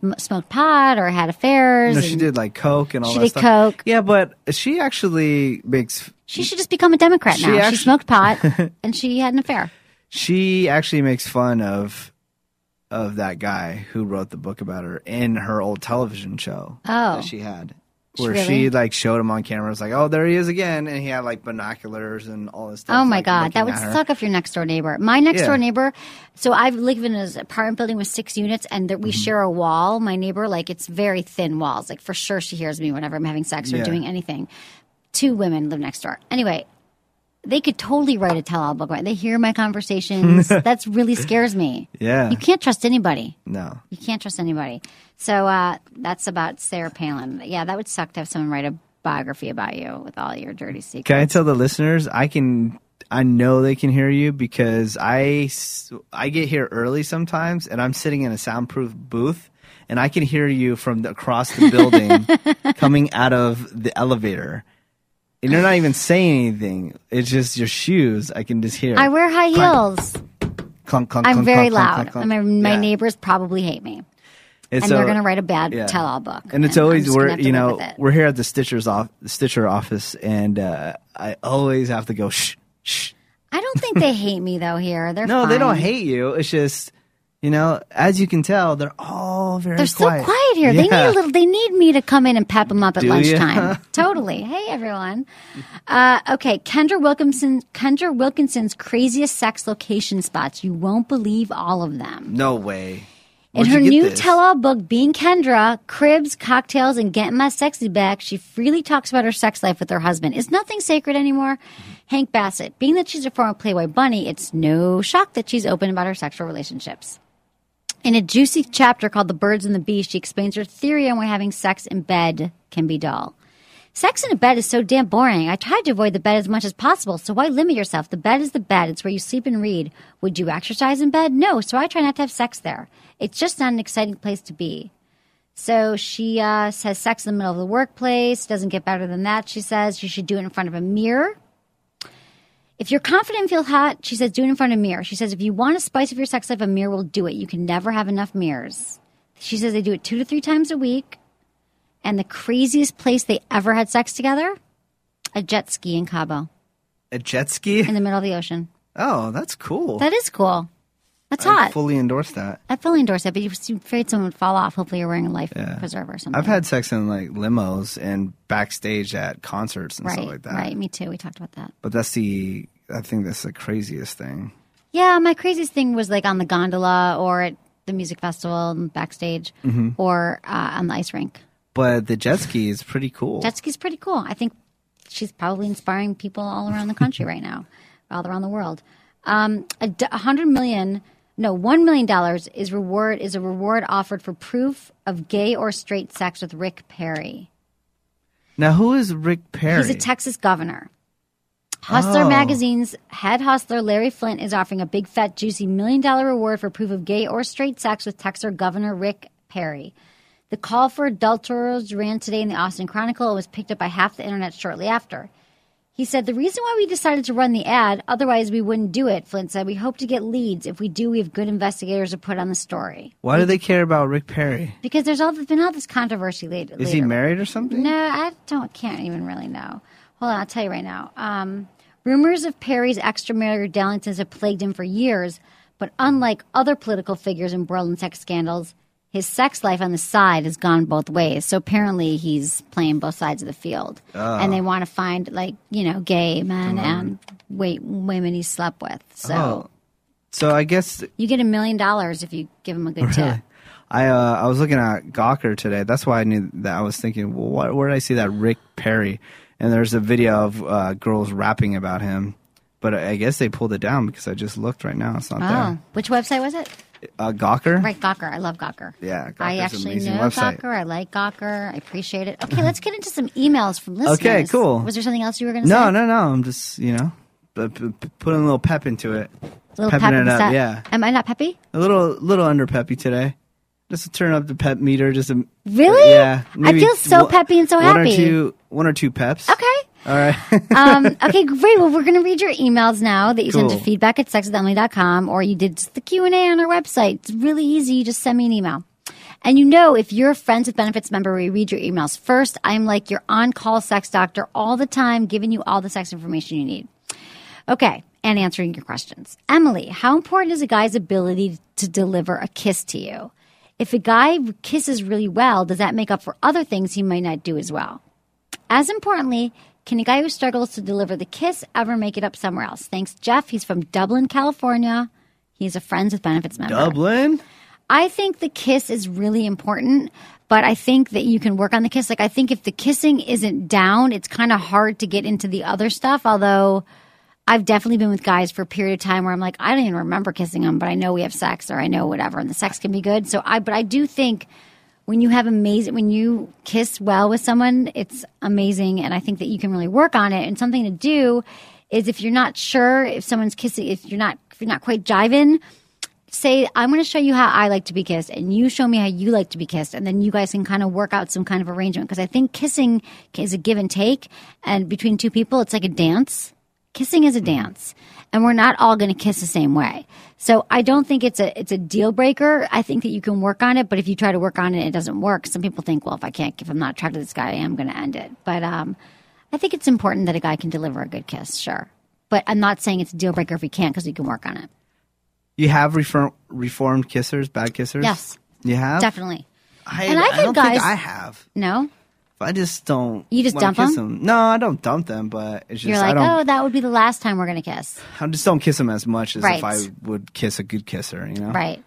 [SPEAKER 11] m- smoked pot or had affairs.
[SPEAKER 12] No, she
[SPEAKER 11] and
[SPEAKER 12] did like coke and all
[SPEAKER 11] She
[SPEAKER 12] that
[SPEAKER 11] did
[SPEAKER 12] stuff.
[SPEAKER 11] coke.
[SPEAKER 12] Yeah, but she actually makes
[SPEAKER 11] She should just become a Democrat
[SPEAKER 12] She
[SPEAKER 11] now.
[SPEAKER 12] actu-
[SPEAKER 11] she smoked pot and she had an affair.
[SPEAKER 12] she actually makes fun of of that guy who wrote the book about her in her old television show
[SPEAKER 11] Oh.
[SPEAKER 12] that she had. Where
[SPEAKER 11] really?
[SPEAKER 12] she like showed him on camera, it's like, oh, there he is again, and he had like binoculars and all this stuff.
[SPEAKER 11] Oh my
[SPEAKER 12] like,
[SPEAKER 11] God, that
[SPEAKER 12] looking
[SPEAKER 11] would
[SPEAKER 12] at her.
[SPEAKER 11] suck if your next door neighbor. My next
[SPEAKER 12] Yeah.
[SPEAKER 11] door neighbor. So I've lived in an apartment building with six units, and there, we
[SPEAKER 12] Mm-hmm.
[SPEAKER 11] share a wall. My neighbor, like it's very thin walls. Like for sure, she hears me whenever I'm having sex or
[SPEAKER 12] Yeah.
[SPEAKER 11] doing anything. Two women live next door. Anyway, they could totally write a tell-all book. Right? They hear my conversations. That's really scares me.
[SPEAKER 12] Yeah.
[SPEAKER 11] you can't trust anybody.
[SPEAKER 12] No,
[SPEAKER 11] You can't trust anybody. So uh, that's about Sarah Palin. Yeah, that would suck to have someone write a biography about you with all your dirty secrets.
[SPEAKER 12] Can I tell the listeners? I can. I know they can hear you because I s- I get here early sometimes, and I'm sitting in a soundproof booth, and I can hear you from the, across the building coming out of the elevator. And you're not even saying anything. It's just your shoes. I can just hear.
[SPEAKER 11] I wear high
[SPEAKER 12] Clunk,
[SPEAKER 11] heels.
[SPEAKER 12] Clunk, clunk,
[SPEAKER 11] I'm
[SPEAKER 12] clunk,
[SPEAKER 11] very
[SPEAKER 12] clunk,
[SPEAKER 11] loud,
[SPEAKER 12] clunk, clunk,
[SPEAKER 11] and my,
[SPEAKER 12] clunk.
[SPEAKER 11] my
[SPEAKER 12] Yeah.
[SPEAKER 11] neighbors probably hate me, and
[SPEAKER 12] so-
[SPEAKER 11] they're going to write a bad
[SPEAKER 12] yeah.
[SPEAKER 11] tell-all book.
[SPEAKER 12] And it's
[SPEAKER 11] I'm
[SPEAKER 12] always
[SPEAKER 11] just gonna
[SPEAKER 12] we're
[SPEAKER 11] have to
[SPEAKER 12] you
[SPEAKER 11] live
[SPEAKER 12] know
[SPEAKER 11] with it.
[SPEAKER 12] we're here at the Stitcher's off the Stitcher office, and uh, I always have to go shh shh
[SPEAKER 11] I don't think they hate me though. Here, they're
[SPEAKER 12] No, they don't
[SPEAKER 11] fine.
[SPEAKER 12] hate you. It's just, you know, as you can tell, they're all very
[SPEAKER 11] They're so
[SPEAKER 12] quiet.
[SPEAKER 11] quiet here. They need
[SPEAKER 12] Yeah.
[SPEAKER 11] a little. They need me to come in and pep them up at
[SPEAKER 12] Do ya?
[SPEAKER 11] lunchtime. totally. Hey, everyone. Uh, okay, Kendra Wilkinson. Kendra Wilkinson's craziest sex location spots. You won't believe all of them.
[SPEAKER 12] No way.
[SPEAKER 11] In
[SPEAKER 12] Where'd
[SPEAKER 11] her
[SPEAKER 12] you get
[SPEAKER 11] new
[SPEAKER 12] this?
[SPEAKER 11] tell-all book, Being Kendra, Cribs, Cocktails, and Getting My Sexy Back, she freely talks about her sex life with her husband. Is nothing sacred anymore? Hank Bassett. Being that she's a former Playboy bunny, it's no shock that she's open about her sexual relationships. In a juicy chapter called The Birds and the Bees, she explains her theory on why having sex in bed can be dull. Sex in a bed is so damn boring. I tried to avoid the bed as much as possible, so why limit yourself? The bed is the bed. It's where you sleep and read. Would you exercise in bed? No, so I try not to have sex there. It's just not an exciting place to be. So she uh, has sex in the middle of the workplace. Doesn't get better than that, she says. You should do it in front of a mirror. If you're confident and feel hot, she says, do it in front of a mirror. She says, if you want a spice of your sex life, a mirror will do it. You can never have enough mirrors. She says they do it two to three times a week. And the craziest place they ever had sex together? A jet ski in Cabo
[SPEAKER 12] A jet ski?
[SPEAKER 11] in the middle of the ocean.
[SPEAKER 12] Oh, that's cool.
[SPEAKER 11] That is cool. That's
[SPEAKER 12] I
[SPEAKER 11] hot.
[SPEAKER 12] fully endorse that.
[SPEAKER 11] I fully endorse it, but you're afraid someone would fall off. Hopefully, you're wearing a life preserver or something.
[SPEAKER 12] I've had sex in like limos and backstage at concerts and
[SPEAKER 11] right,
[SPEAKER 12] stuff like that.
[SPEAKER 11] right. Me too. We talked about that.
[SPEAKER 12] But that's the, I think that's the craziest thing.
[SPEAKER 11] Yeah, my craziest thing was like on the gondola or at the music festival and backstage
[SPEAKER 12] Mm-hmm.
[SPEAKER 11] or uh, on the ice rink.
[SPEAKER 12] But the jet ski is pretty cool.
[SPEAKER 11] Jet ski's pretty cool. I think she's probably inspiring people all around the country right now, all around the world. Um, a d- a hundred million, no, one million dollars is reward is a reward offered for proof of gay or straight sex with Rick Perry.
[SPEAKER 12] now, who is Rick Perry?
[SPEAKER 11] He's a Texas governor. Hustler
[SPEAKER 12] Oh.
[SPEAKER 11] magazine's head hustler Larry Flint is offering a big, fat, juicy million dollar reward for proof of gay or straight sex with Texas Governor Rick Perry. The call for adulterers ran today in the Austin Chronicle and was picked up by half the internet shortly after. He said, The reason why we decided to run the ad, otherwise we wouldn't do it, Flint said. We hope to get leads. If we do, we have good investigators to put on the story.
[SPEAKER 12] Why do they care about Rick Perry?
[SPEAKER 11] Because there's all been all this controversy later.
[SPEAKER 12] Is he married or something?
[SPEAKER 11] No, I don't. Can't even really know. Hold on, I'll tell you right now. Um, rumors of Perry's extramarital dalliances have plagued him for years, but unlike other political figures embroiled in sex scandals, his sex life on the side has gone both ways. So apparently, he's playing both sides of the field, and they want to find like you know gay men and wait women he slept with. So
[SPEAKER 12] Oh. So I guess
[SPEAKER 11] you get a million dollars if you give him a good tip.
[SPEAKER 12] I uh, I was looking at Gawker today. That's why I knew that. I was thinking, well, what, where did I see that Rick Perry? And there's a video of uh, girls rapping about him. But I I guess they pulled it down because I just looked right now. It's not
[SPEAKER 11] Oh, which website was it?
[SPEAKER 12] there. Uh, Gawker.
[SPEAKER 11] Oh. Right, Gawker. I love Gawker.
[SPEAKER 12] Yeah,
[SPEAKER 11] I
[SPEAKER 12] Gawker's
[SPEAKER 11] actually
[SPEAKER 12] amazing
[SPEAKER 11] know
[SPEAKER 12] website.
[SPEAKER 11] Gawker. I like Gawker. I appreciate it. Okay, let's get into some emails from listeners.
[SPEAKER 12] Okay, cool.
[SPEAKER 11] Was there something else you were going to
[SPEAKER 12] No,
[SPEAKER 11] say?
[SPEAKER 12] no, no. I'm just you know, but p- p- putting a little pep into it.
[SPEAKER 11] Little
[SPEAKER 12] Pepping
[SPEAKER 11] pep in
[SPEAKER 12] it
[SPEAKER 11] the
[SPEAKER 12] up,
[SPEAKER 11] step.
[SPEAKER 12] yeah.
[SPEAKER 11] Am I not peppy?
[SPEAKER 12] A little, little under peppy today. Just to turn up the pep meter. Just a,
[SPEAKER 11] Really?
[SPEAKER 12] Yeah.
[SPEAKER 11] I feel so
[SPEAKER 12] one-
[SPEAKER 11] peppy and so
[SPEAKER 12] one
[SPEAKER 11] happy.
[SPEAKER 12] Or two, one or two peps.
[SPEAKER 11] Okay.
[SPEAKER 12] All right.
[SPEAKER 11] um, okay, great. Well, we're going to read your emails now that you sent
[SPEAKER 12] Cool.
[SPEAKER 11] to feedback at sexwithemily.com or you did just the Q&A on our website. It's really easy. You just send me an email. And you know, if you're a Friends with Benefits member, we read your emails first. I'm like your on-call sex doctor all the time, giving you all the sex information you need. Okay, and answering your questions. Emily, how important is a guy's ability to deliver a kiss to you? If a guy kisses really well, does that make up for other things he might not do as well? As importantly, can a guy who struggles to deliver the kiss ever make it up somewhere else? Thanks, Jeff. He's from Dublin, California. He's a Friends with Benefits member.
[SPEAKER 12] Dublin.
[SPEAKER 11] I think the kiss is really important, but I think that you can work on the kiss. Like, I think if the kissing isn't down, it's kind of hard to get into the other stuff. Although I've definitely been with guys for a period of time where I'm like, I don't even remember kissing them, but I know we have sex or I know whatever, and the sex can be good. So I, but I do think when you have amazing, when you kiss well with someone, it's amazing. And I think that you can really work on it. And something to do is if you're not sure if someone's kissing, if you're not, if you're not quite jiving, say i'm going to show you how i like to be kissed and you show me how you like to be kissed and then you guys can kind of work out some kind of arrangement because i think kissing is a give and take and between two people it's like a dance kissing is a dance and we're not all going to kiss the same way so i don't think it's a it's a deal breaker i think that you can work on it but if you try to work on it and it doesn't work some people think well if i can't if i'm not attracted to this guy i am going to end it but um i think it's important that a guy can deliver a good kiss sure but i'm not saying it's a deal breaker if he can't because you can work on it
[SPEAKER 12] You have reform, reformed kissers, bad kissers.
[SPEAKER 11] Yes.
[SPEAKER 12] You have
[SPEAKER 11] definitely
[SPEAKER 12] I,
[SPEAKER 11] And I
[SPEAKER 12] I
[SPEAKER 11] think
[SPEAKER 12] don't think
[SPEAKER 11] guys-
[SPEAKER 12] I have.
[SPEAKER 11] no
[SPEAKER 12] I just don't.
[SPEAKER 11] You just
[SPEAKER 12] wanna
[SPEAKER 11] dump
[SPEAKER 12] kiss
[SPEAKER 11] 'em?
[SPEAKER 12] No, I don't dump them, but it's just
[SPEAKER 11] You're
[SPEAKER 12] I
[SPEAKER 11] like,
[SPEAKER 12] don't.
[SPEAKER 11] oh, that would be the last time we're going to kiss.
[SPEAKER 12] I just don't kiss them as much as
[SPEAKER 11] Right.
[SPEAKER 12] if I would kiss a good kisser. You know.
[SPEAKER 11] Right.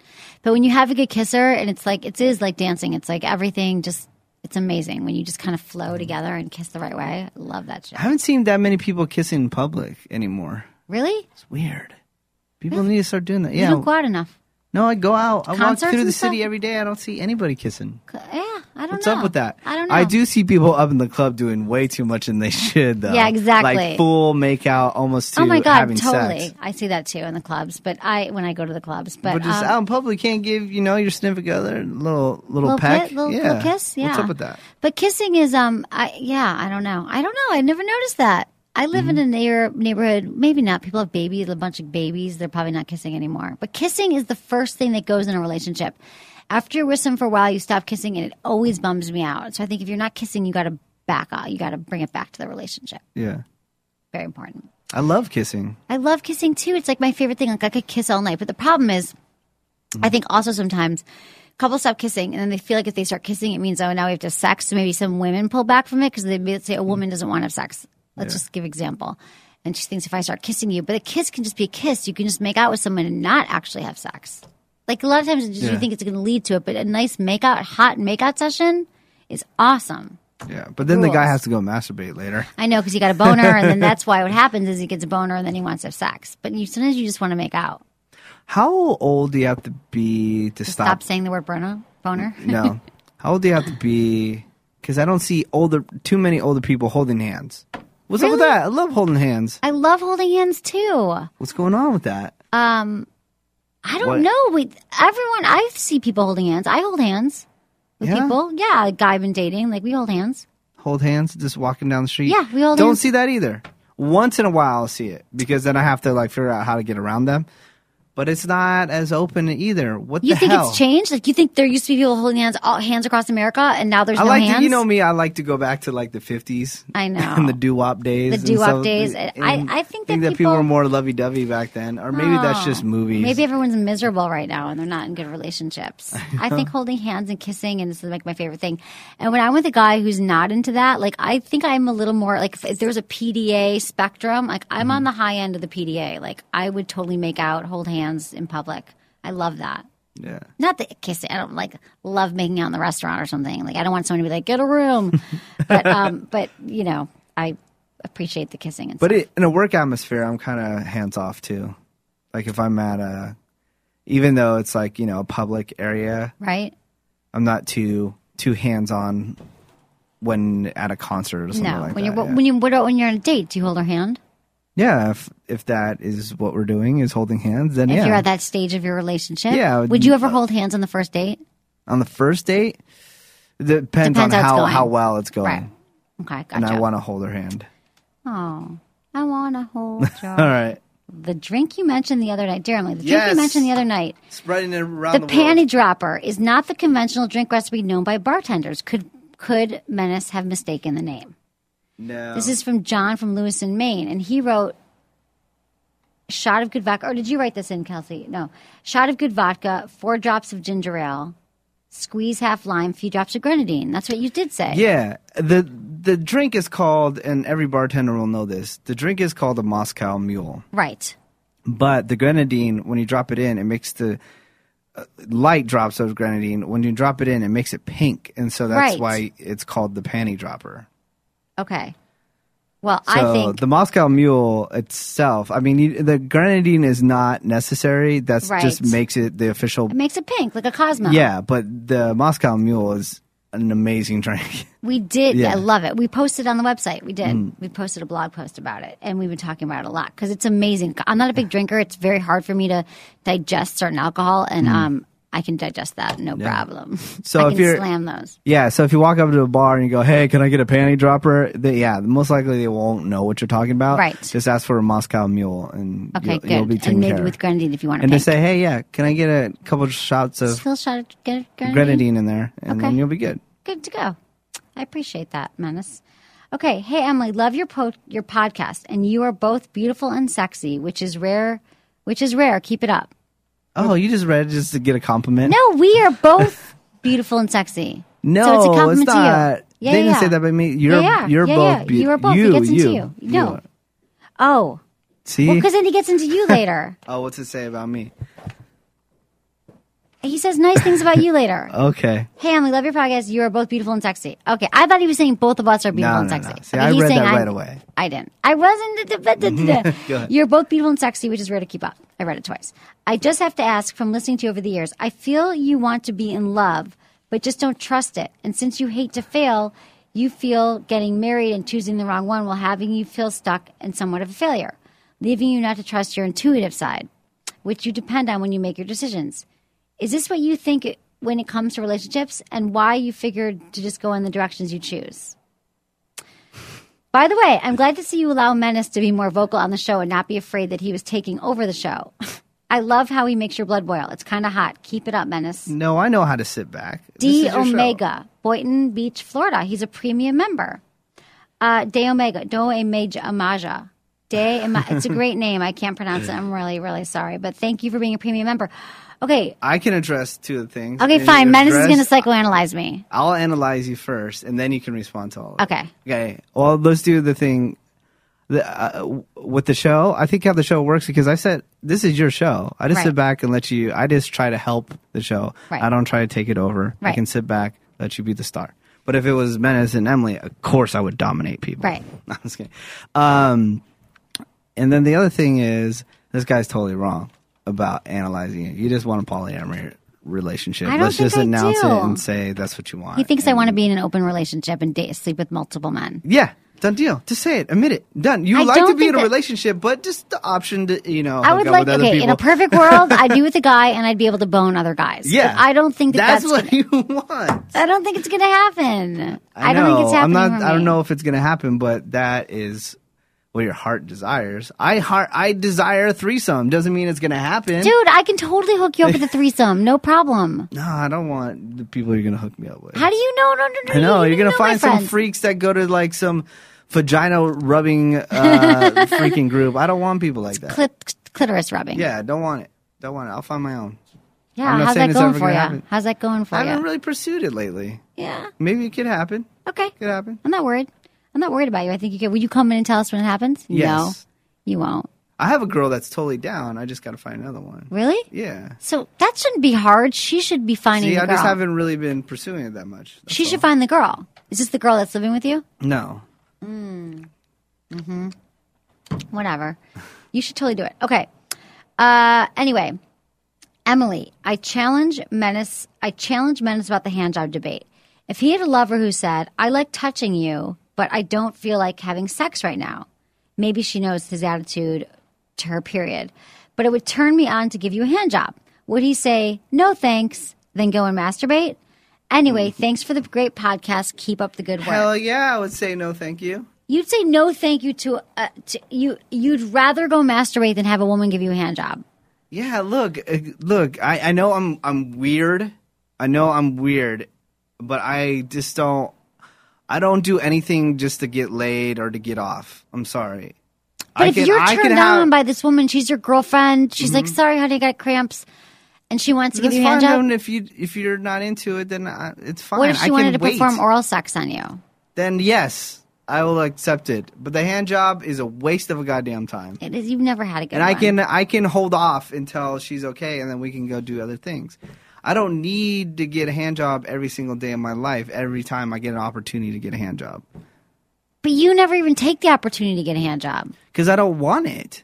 [SPEAKER 11] But when you have a good kisser and it's like, it is like dancing, it's like everything just, it's amazing when you just kind of
[SPEAKER 12] Mm-hmm.
[SPEAKER 11] flow together and kiss the right way. I love that shit.
[SPEAKER 12] I haven't seen that many people kissing in public anymore.
[SPEAKER 11] Really?
[SPEAKER 12] It's weird. People need to start doing that.
[SPEAKER 11] You
[SPEAKER 12] Yeah.
[SPEAKER 11] don't go out enough.
[SPEAKER 12] No, I go out. I walk
[SPEAKER 11] Concerts
[SPEAKER 12] through the
[SPEAKER 11] and
[SPEAKER 12] city
[SPEAKER 11] stuff?
[SPEAKER 12] every day. I don't see anybody kissing.
[SPEAKER 11] C- Yeah, I don't
[SPEAKER 12] What's
[SPEAKER 11] know.
[SPEAKER 12] up with that?
[SPEAKER 11] I don't know.
[SPEAKER 12] I do see people up in the club doing way too much than they should, though.
[SPEAKER 11] Yeah, exactly.
[SPEAKER 12] Like full makeout, almost. To
[SPEAKER 11] Oh my god,
[SPEAKER 12] having
[SPEAKER 11] totally.
[SPEAKER 12] Sex.
[SPEAKER 11] I see that too in the clubs, but I when I go to the clubs, but,
[SPEAKER 12] But just
[SPEAKER 11] um,
[SPEAKER 12] out in public, can't give you know your significant other a little little,
[SPEAKER 11] little
[SPEAKER 12] peck,
[SPEAKER 11] ki- little,
[SPEAKER 12] yeah.
[SPEAKER 11] little kiss. Yeah.
[SPEAKER 12] What's up with that?
[SPEAKER 11] But kissing is um, I yeah, I don't know. I don't know. I never noticed that. I live in a
[SPEAKER 12] Mm-hmm.
[SPEAKER 11] neighbor, neighborhood. Maybe not. People have babies, a bunch of babies. They're probably not kissing anymore. But kissing is the first thing that goes in a relationship. After you're with someone for a while, you stop kissing, and it always bums me out. So I think if you're not kissing, you got to back out. You got to bring it back to the relationship.
[SPEAKER 12] Yeah,
[SPEAKER 11] Very important.
[SPEAKER 12] I love kissing.
[SPEAKER 11] I love kissing too. It's like my favorite thing. Like I could kiss all night. But the problem is, I think also sometimes couples stop kissing and then they feel like if they start kissing, it means, oh, now we have to have sex. So maybe some women pull back from it because they may say a woman doesn't want to have sex. Let's just give example. And she thinks if I start kissing you, but a kiss can just be a kiss. You can just make out with someone and not actually have sex. Like a lot of times it's just you
[SPEAKER 12] Yeah.
[SPEAKER 11] think it's going to lead to it, but a nice makeout, hot makeout session is awesome.
[SPEAKER 12] Yeah, but then the guy
[SPEAKER 11] Rules.
[SPEAKER 12] has to go masturbate later.
[SPEAKER 11] I know because he got a boner, and then that's why what happens is he gets a boner, and then he wants to have sex. But you sometimes you just want to make out.
[SPEAKER 12] How old do you have to be to
[SPEAKER 11] Stop,
[SPEAKER 12] stop?
[SPEAKER 11] saying the word boner. Boner.
[SPEAKER 12] no, how old do you have to be? Because I don't see older too many older people holding hands. What's up with that? I love holding hands.
[SPEAKER 11] I love holding hands too. Um,
[SPEAKER 12] What's going on with that?
[SPEAKER 11] I don't
[SPEAKER 12] What?
[SPEAKER 11] know. We everyone I see people holding hands. I hold hands with
[SPEAKER 12] Yeah?
[SPEAKER 11] people. Yeah, a guy I've been dating, like we hold hands.
[SPEAKER 12] Hold hands, just walking down the street.
[SPEAKER 11] Yeah, we hold
[SPEAKER 12] Don't
[SPEAKER 11] hands.
[SPEAKER 12] see that either. Once in a while, I'll see it because then I have to like figure out how to get around them. But it's not as open either. What
[SPEAKER 11] You
[SPEAKER 12] the
[SPEAKER 11] think
[SPEAKER 12] hell?
[SPEAKER 11] it's changed? Like you think there used to be people holding hands all hands across America and now there's
[SPEAKER 12] I
[SPEAKER 11] no
[SPEAKER 12] like
[SPEAKER 11] hands?
[SPEAKER 12] To, you know me. I like to go back to like the fifties.
[SPEAKER 11] I know.
[SPEAKER 12] and the doo wop days.
[SPEAKER 11] The
[SPEAKER 12] and
[SPEAKER 11] doo-wop
[SPEAKER 12] stuff.
[SPEAKER 11] days. I-
[SPEAKER 12] And
[SPEAKER 11] I think that people-
[SPEAKER 12] people were more lovey dovey back then, or maybe that's just movies.
[SPEAKER 11] Oh. Maybe everyone's miserable right now and they're not in good relationships. I think holding hands and kissing and this is like my favorite thing. And when I'm with a guy who's not into that, like I think I'm a little more like if, if there was a PDA spectrum, like I'm
[SPEAKER 12] Mm-hmm.
[SPEAKER 11] on the high end of the PDA. Like I would totally make out, hold hands in public. I love that.
[SPEAKER 12] yeah.
[SPEAKER 11] Not the kissing. I don't like love making out in the restaurant or something. Like I don't want someone to be like, get a room. but um, but you know, I appreciate the kissing and
[SPEAKER 12] But
[SPEAKER 11] stuff.
[SPEAKER 12] it, in a work atmosphere, I'm kind of hands off too. Like if I'm at a, even though it's like you know a public area,
[SPEAKER 11] right?
[SPEAKER 12] I'm not too too hands on when at a concert or something
[SPEAKER 11] No.
[SPEAKER 12] like that.
[SPEAKER 11] when you're what
[SPEAKER 12] yeah.
[SPEAKER 11] when you what about when you're on a date, do you hold her hand?
[SPEAKER 12] Yeah, if if that is what we're doing is holding hands, then yeah.
[SPEAKER 11] If you're at that stage of your relationship,
[SPEAKER 12] Yeah, I uh,
[SPEAKER 11] would,
[SPEAKER 12] would-
[SPEAKER 11] you ever hold hands on the first date?
[SPEAKER 12] on the first date, it depends,
[SPEAKER 11] Depends
[SPEAKER 12] on
[SPEAKER 11] how it's
[SPEAKER 12] how
[SPEAKER 11] going.
[SPEAKER 12] how well it's going,
[SPEAKER 11] Mm. Okay, gotcha.
[SPEAKER 12] and I want to hold her hand.
[SPEAKER 11] oh, I want to hold
[SPEAKER 12] All
[SPEAKER 11] your
[SPEAKER 12] right,
[SPEAKER 11] the drink you mentioned the other night, dear Emily. The drink you
[SPEAKER 12] Yes.
[SPEAKER 11] mentioned the other night.
[SPEAKER 12] spreading it around the,
[SPEAKER 11] the, panty dropper is not the conventional drink recipe known by bartenders. Could could Menace have mistaken the name?
[SPEAKER 12] No,
[SPEAKER 11] This is from John from Lewiston, Maine, and he wrote shot of good vodka. Or did you write this in, Kelsey? No, shot of good vodka, four drops of ginger ale, squeeze half lime, few drops of grenadine. That's what you did say.
[SPEAKER 12] yeah. the The drink is called, and every bartender will know this. The drink is called a Moscow Mule,
[SPEAKER 11] Right.
[SPEAKER 12] but the grenadine, when you drop it in, it makes the uh, light drops of grenadine. When you drop it in, it makes it pink, and so that's
[SPEAKER 11] Right.
[SPEAKER 12] why it's called the panty dropper.
[SPEAKER 11] Okay. Well,
[SPEAKER 12] So
[SPEAKER 11] I think
[SPEAKER 12] the Moscow Mule itself, I mean, you, the grenadine is not necessary. That's
[SPEAKER 11] Right.
[SPEAKER 12] just makes it the official.
[SPEAKER 11] it makes it pink like a Cosmo.
[SPEAKER 12] Yeah, but the Moscow Mule is an amazing drink.
[SPEAKER 11] We did.
[SPEAKER 12] Yeah. Mm.
[SPEAKER 11] I love it. We posted on the website. We did. We posted a blog post about it, and we've been talking about it a lot because it's amazing. I'm not a big drinker. It's very hard for me to digest certain alcohol, and um, I can digest that no problem.
[SPEAKER 12] Mm. So
[SPEAKER 11] I
[SPEAKER 12] if
[SPEAKER 11] can
[SPEAKER 12] you're-
[SPEAKER 11] slam those.
[SPEAKER 12] yeah, so if you walk up to a bar and you go, "Hey, can I get a panty dropper?" They, yeah, most likely they won't know what you're talking about.
[SPEAKER 11] Right.
[SPEAKER 12] Just ask for a Moscow Mule, and
[SPEAKER 11] Okay,
[SPEAKER 12] you'll,
[SPEAKER 11] good.
[SPEAKER 12] you'll be taken
[SPEAKER 11] and maybe
[SPEAKER 12] care of.
[SPEAKER 11] with grenadine if you want to.
[SPEAKER 12] and just say, "Hey, yeah, can I get a couple shots of
[SPEAKER 11] Phil shot it- get it, grenadine.
[SPEAKER 12] grenadine in there?" And
[SPEAKER 11] Okay.
[SPEAKER 12] then you'll be good.
[SPEAKER 11] Good to go. I appreciate that, Menace. Okay, hey Emily, love your po- your podcast, and you are both beautiful and sexy, which is rare. Which is rare. Keep it up.
[SPEAKER 12] Oh, you just read it just to get a compliment?
[SPEAKER 11] No, we are both beautiful and sexy.
[SPEAKER 12] No,
[SPEAKER 11] so it's a compliment
[SPEAKER 12] not.
[SPEAKER 11] to you. Yeah,
[SPEAKER 12] they
[SPEAKER 11] yeah,
[SPEAKER 12] didn't
[SPEAKER 11] yeah.
[SPEAKER 12] say that by me. You're
[SPEAKER 11] yeah, yeah.
[SPEAKER 12] you're
[SPEAKER 11] yeah,
[SPEAKER 12] both
[SPEAKER 11] yeah.
[SPEAKER 12] beau-
[SPEAKER 11] you are both.
[SPEAKER 12] You,
[SPEAKER 11] he gets into
[SPEAKER 12] you.
[SPEAKER 11] you.
[SPEAKER 12] You
[SPEAKER 11] No.
[SPEAKER 12] are.
[SPEAKER 11] oh,
[SPEAKER 12] See?
[SPEAKER 11] well, because then he gets into you later.
[SPEAKER 12] oh, what's it say about me?
[SPEAKER 11] he says nice things about you later.
[SPEAKER 12] Okay.
[SPEAKER 11] Hey, Emily, love your podcast. You are both beautiful and sexy. Okay, I thought he was saying both of us are beautiful
[SPEAKER 12] No,
[SPEAKER 11] and
[SPEAKER 12] no, no.
[SPEAKER 11] sexy.
[SPEAKER 12] See,
[SPEAKER 11] Okay,
[SPEAKER 12] I
[SPEAKER 11] he's
[SPEAKER 12] read
[SPEAKER 11] saying
[SPEAKER 12] that
[SPEAKER 11] I'm-
[SPEAKER 12] right away.
[SPEAKER 11] I didn't. I wasn't. You're both beautiful and sexy, which is rare to keep up. I read it twice. I just have to ask from listening to you over the years. I feel you want to be in love, but just don't trust it. And since you hate to fail, you feel getting married and choosing the wrong one will having you feel stuck and somewhat of a failure, leaving you not to trust your intuitive side, which you depend on when you make your decisions. Is this what you think it- when it comes to relationships and why you figured to just go in the directions you choose? By the way, I'm glad to see you allow Menace to be more vocal on the show and not be afraid that he was taking over the show. I love how he makes your blood boil. It's kind of hot. Keep it up, Menace.
[SPEAKER 12] No, I know how to sit back. This is
[SPEAKER 11] D
[SPEAKER 12] your show.
[SPEAKER 11] Omega, Boynton Beach, Florida. He's a premium member. Uh, De Omega, Do Amaja, Amaja. De Ama- It's a great name. I can't pronounce it. I'm really, really sorry. But thank you for being a premium member. Okay.
[SPEAKER 12] I can address two of the things.
[SPEAKER 11] Okay,
[SPEAKER 12] And
[SPEAKER 11] fine.
[SPEAKER 12] you
[SPEAKER 11] Menace is going to
[SPEAKER 12] address-
[SPEAKER 11] psychoanalyze me.
[SPEAKER 12] I'll analyze you first, and then you can respond to all. Of it.
[SPEAKER 11] Okay.
[SPEAKER 12] Okay. Well, let's do the thing the, uh, w- with the show. I think how the show works because I said this is your show. I just
[SPEAKER 11] Right.
[SPEAKER 12] sit back and let you. I just try to help the show.
[SPEAKER 11] Right.
[SPEAKER 12] I don't try to take it over.
[SPEAKER 11] Right.
[SPEAKER 12] I can sit back, let you be the star. But if it was Menace and Emily, of course I would dominate people.
[SPEAKER 11] Right.
[SPEAKER 12] I'm just kidding. Um, and then the other thing is this guy's totally wrong about analyzing it. You just want a polyamory relationship.
[SPEAKER 11] I don't
[SPEAKER 12] Let's
[SPEAKER 11] think
[SPEAKER 12] just
[SPEAKER 11] I
[SPEAKER 12] announce
[SPEAKER 11] do.
[SPEAKER 12] it and say that's what you want.
[SPEAKER 11] He thinks I
[SPEAKER 12] And-
[SPEAKER 11] want to be in an open relationship and date, sleep with multiple men.
[SPEAKER 12] yeah, done deal. Just say it. Admit it. Done. You
[SPEAKER 11] I
[SPEAKER 12] like to
[SPEAKER 11] don't
[SPEAKER 12] be
[SPEAKER 11] think
[SPEAKER 12] in a
[SPEAKER 11] that-
[SPEAKER 12] relationship, but just the option to you know.
[SPEAKER 11] I
[SPEAKER 12] hook
[SPEAKER 11] would
[SPEAKER 12] up
[SPEAKER 11] like
[SPEAKER 12] with other
[SPEAKER 11] okay in
[SPEAKER 12] people.
[SPEAKER 11] a perfect world I'd be with a guy and I'd be able to bone other guys.
[SPEAKER 12] Yeah,
[SPEAKER 11] But I don't think that that's,
[SPEAKER 12] that's, what
[SPEAKER 11] gonna-
[SPEAKER 12] you want.
[SPEAKER 11] I don't think it's going to happen. I,
[SPEAKER 12] know.
[SPEAKER 11] don't think it's
[SPEAKER 12] I'm
[SPEAKER 11] happening.
[SPEAKER 12] not.
[SPEAKER 11] for
[SPEAKER 12] I don't
[SPEAKER 11] me.
[SPEAKER 12] know if it's gonna happen, but that is what your heart desires. I heart. I desire a threesome. Doesn't mean it's gonna happen.
[SPEAKER 11] Dude, I can totally hook you up with a threesome. No problem.
[SPEAKER 12] No, I don't want the people you're gonna hook me up with.
[SPEAKER 11] How do you know? No, no, no.
[SPEAKER 12] I know
[SPEAKER 11] you
[SPEAKER 12] you're
[SPEAKER 11] didn't
[SPEAKER 12] gonna
[SPEAKER 11] know my
[SPEAKER 12] find some
[SPEAKER 11] friends.
[SPEAKER 12] freaks that go to like some vagina rubbing uh, freaking group. I don't want people like that.
[SPEAKER 11] Clit- clitoris rubbing.
[SPEAKER 12] yeah, don't want it. Don't want it. I'll find my own.
[SPEAKER 11] Yeah,
[SPEAKER 12] I'm not
[SPEAKER 11] how's
[SPEAKER 12] saying
[SPEAKER 11] that
[SPEAKER 12] it's
[SPEAKER 11] going
[SPEAKER 12] ever
[SPEAKER 11] for
[SPEAKER 12] gonna
[SPEAKER 11] you?
[SPEAKER 12] happen.
[SPEAKER 11] How's that going for
[SPEAKER 12] I
[SPEAKER 11] you?
[SPEAKER 12] haven't really pursued it lately.
[SPEAKER 11] yeah.
[SPEAKER 12] Maybe it could happen.
[SPEAKER 11] Okay.
[SPEAKER 12] Could happen.
[SPEAKER 11] I'm not worried. I'm not worried about you. I think you could. Will you come in and tell us when it happens? No,
[SPEAKER 12] Yes.
[SPEAKER 11] you won't.
[SPEAKER 12] I have a girl that's totally down. I just got to find another one.
[SPEAKER 11] Really?
[SPEAKER 12] Yeah.
[SPEAKER 11] So that shouldn't be hard. She should be finding
[SPEAKER 12] See,
[SPEAKER 11] the
[SPEAKER 12] I
[SPEAKER 11] girl.
[SPEAKER 12] just haven't really been pursuing it that much. That's
[SPEAKER 11] she
[SPEAKER 12] all.
[SPEAKER 11] should find the girl. Is this the girl that's living with you?
[SPEAKER 12] No.
[SPEAKER 11] Whatever. You should totally do it. Okay. Uh, anyway, Emily, I challenge Menace. I challenge Menace about the hand job debate. If he had a lover who said, "I like touching you, but I don't feel like having sex right now," maybe she knows his attitude to her period. But it would turn me on to give you a hand job. Would he say, "No, thanks," then go and masturbate? Anyway, thanks for the great podcast. Keep up the good work.
[SPEAKER 12] Hell yeah, I would say no, thank you.
[SPEAKER 11] You'd say no, thank you to, uh, to you. You'd rather go masturbate than have a woman give you a hand job.
[SPEAKER 12] Yeah, look, uh, look. I, I know I'm I'm weird. I know I'm weird, but I just don't. I don't do anything just to get laid or to get off. I'm sorry.
[SPEAKER 11] But if you're turned on by this woman, she's your girlfriend. She's
[SPEAKER 12] Mm-hmm.
[SPEAKER 11] like, sorry, honey, I got cramps, and she wants to give
[SPEAKER 12] that's
[SPEAKER 11] you a hand
[SPEAKER 12] fine.
[SPEAKER 11] job.
[SPEAKER 12] Then if you if you're not into it, then I, it's fine.
[SPEAKER 11] What if she
[SPEAKER 12] I
[SPEAKER 11] wanted
[SPEAKER 12] can
[SPEAKER 11] to
[SPEAKER 12] wait.
[SPEAKER 11] perform oral sex on you?
[SPEAKER 12] Then yes, I will accept it. But the hand job is a waste of a goddamn time.
[SPEAKER 11] It is, you've never had a good
[SPEAKER 12] and I
[SPEAKER 11] one.
[SPEAKER 12] can I can hold off until she's okay, and then we can go do other things. I don't need to get a hand job every single day of my life. Every time I get an opportunity to get a hand job,
[SPEAKER 11] but you never even take the opportunity to get a hand job.
[SPEAKER 12] because I don't want it.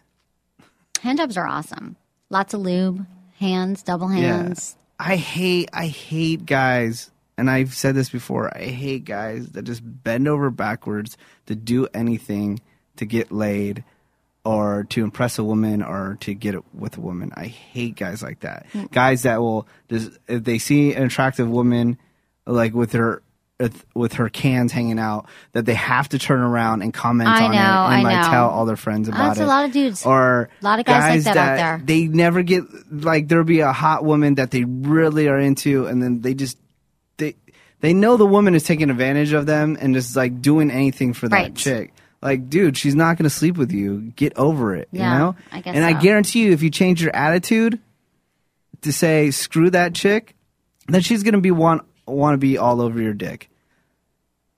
[SPEAKER 11] Hand jobs are awesome. Lots of lube, hands, double hands.
[SPEAKER 12] I hate I hate guys, and I've said this before. I hate guys that just bend over backwards to do anything to get laid or to impress a woman or to get it with a woman. I hate guys like that.
[SPEAKER 11] Mm.
[SPEAKER 12] Guys that will just if they see an attractive woman like with her with- with her cans hanging out that they have to turn around and comment
[SPEAKER 11] I
[SPEAKER 12] on it
[SPEAKER 11] know, I
[SPEAKER 12] and like
[SPEAKER 11] know.
[SPEAKER 12] tell all their friends about
[SPEAKER 11] That's
[SPEAKER 12] it.
[SPEAKER 11] a lot of dudes.
[SPEAKER 12] Or
[SPEAKER 11] A lot of guys like that out there.
[SPEAKER 12] they never get like there'll be a hot woman that they really are into and then they just they they know the woman is taking advantage of them and just like doing anything for that
[SPEAKER 11] Right.
[SPEAKER 12] chick like dude she's not gonna sleep with you get over it
[SPEAKER 11] Yeah,
[SPEAKER 12] you know
[SPEAKER 11] I guess
[SPEAKER 12] and i
[SPEAKER 11] so.
[SPEAKER 12] guarantee you if you change your attitude to say screw that chick then she's gonna be want want to be all over your dick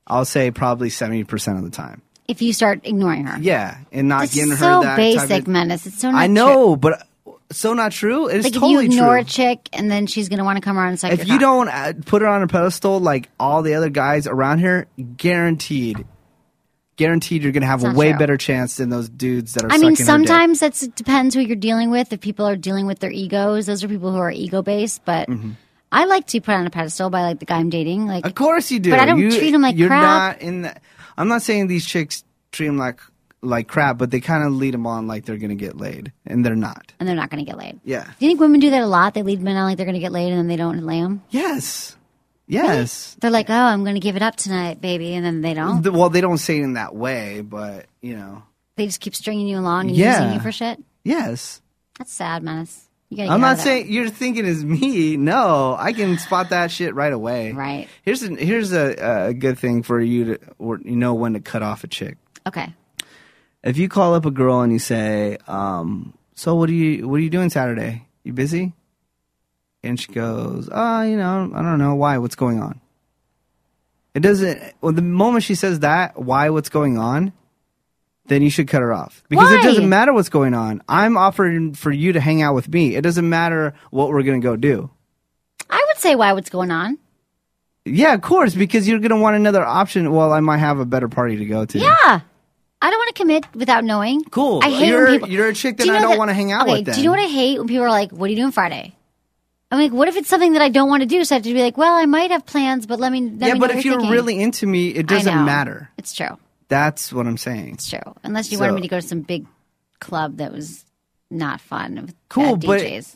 [SPEAKER 12] i'll say probably 70% of the time
[SPEAKER 11] If you start ignoring her,
[SPEAKER 12] yeah and not
[SPEAKER 11] This
[SPEAKER 12] getting
[SPEAKER 11] is
[SPEAKER 12] her
[SPEAKER 11] so
[SPEAKER 12] that type
[SPEAKER 11] basic,
[SPEAKER 12] of-
[SPEAKER 11] menace. It's so. Not
[SPEAKER 12] I know, but uh, so not true. It's
[SPEAKER 11] Like if
[SPEAKER 12] totally
[SPEAKER 11] you ignore
[SPEAKER 12] true.
[SPEAKER 11] a chick, and then she's gonna want to come around and suck
[SPEAKER 12] if
[SPEAKER 11] your
[SPEAKER 12] you
[SPEAKER 11] cock.
[SPEAKER 12] don't uh, put her on a pedestal like all the other guys around here, guaranteed, guaranteed you're gonna have a
[SPEAKER 11] not
[SPEAKER 12] way
[SPEAKER 11] true.
[SPEAKER 12] better chance than those dudes that are.
[SPEAKER 11] I mean,
[SPEAKER 12] sucking her dick.
[SPEAKER 11] sometimes that's it depends who you're dealing with. If people are dealing with their egos, those are people who are ego based. But I like to be put on a pedestal by like the guy I'm dating. Like,
[SPEAKER 12] Mm-hmm. Of course you do.
[SPEAKER 11] But I don't
[SPEAKER 12] you,
[SPEAKER 11] treat 'em like
[SPEAKER 12] you're
[SPEAKER 11] crap.
[SPEAKER 12] not in the, I'm not saying these chicks treat them like like crap, but they kind of lead them on like they're gonna get laid, and they're not.
[SPEAKER 11] and they're not going to get laid.
[SPEAKER 12] Yeah.
[SPEAKER 11] Do you think women do that a lot? They lead men on like they're going to get laid, and then they don't lay them.
[SPEAKER 12] Yes. Yes.
[SPEAKER 11] They're like, oh, I'm going to give it up tonight, baby, and then they don't.
[SPEAKER 12] The- Well, they don't say it in that way, but you know.
[SPEAKER 11] they just keep stringing you along and
[SPEAKER 12] Yeah.
[SPEAKER 11] using you for shit.
[SPEAKER 12] Yes.
[SPEAKER 11] That's sad, menace. You gotta get
[SPEAKER 12] I'm
[SPEAKER 11] out
[SPEAKER 12] not
[SPEAKER 11] of that.
[SPEAKER 12] saying you're thinking is me. No, I can spot that shit right away.
[SPEAKER 11] Right.
[SPEAKER 12] Here's a, here's a, a good thing for you to or, you know when to cut off a chick.
[SPEAKER 11] Okay.
[SPEAKER 12] If you call up a girl and you say, um, "So what are you what are you doing Saturday? You busy?" And she goes, "Oh, you know, I don't know why. What's going on?" It doesn't. Well, the moment she says that, why? What's going on? Then you should cut her off because it
[SPEAKER 11] Why?
[SPEAKER 12] doesn't matter what's going on. I'm offering for you to hang out with me. It doesn't matter what we're gonna go do.
[SPEAKER 11] I would say why what's going on.
[SPEAKER 12] Yeah, of course, because you're gonna want another option. Well, I might have a better party to go to.
[SPEAKER 11] Yeah. I don't want to commit without knowing.
[SPEAKER 12] Cool.
[SPEAKER 11] I hate
[SPEAKER 12] You're-
[SPEAKER 11] when people,
[SPEAKER 12] you're a chick
[SPEAKER 11] Do
[SPEAKER 12] that
[SPEAKER 11] you
[SPEAKER 12] I
[SPEAKER 11] know
[SPEAKER 12] don't
[SPEAKER 11] that-
[SPEAKER 12] wanna hang out
[SPEAKER 11] okay,
[SPEAKER 12] with
[SPEAKER 11] Do you know
[SPEAKER 12] then.
[SPEAKER 11] what I hate when people are like, "What are you doing Friday?" I'm like, "What if it's something that I don't want to do?" So I have to be like, "Well, I might have plans, but let me." Let
[SPEAKER 12] yeah,
[SPEAKER 11] me know
[SPEAKER 12] but
[SPEAKER 11] what
[SPEAKER 12] if you're
[SPEAKER 11] thinking."
[SPEAKER 12] really into me, it
[SPEAKER 11] I know.
[SPEAKER 12] doesn't matter.
[SPEAKER 11] It's true.
[SPEAKER 12] That's what I'm saying.
[SPEAKER 11] It's true. Unless you wanted
[SPEAKER 12] So-
[SPEAKER 11] me to go to some big club that was not fun. With
[SPEAKER 12] Cool,
[SPEAKER 11] bad
[SPEAKER 12] but-
[SPEAKER 11] DJs.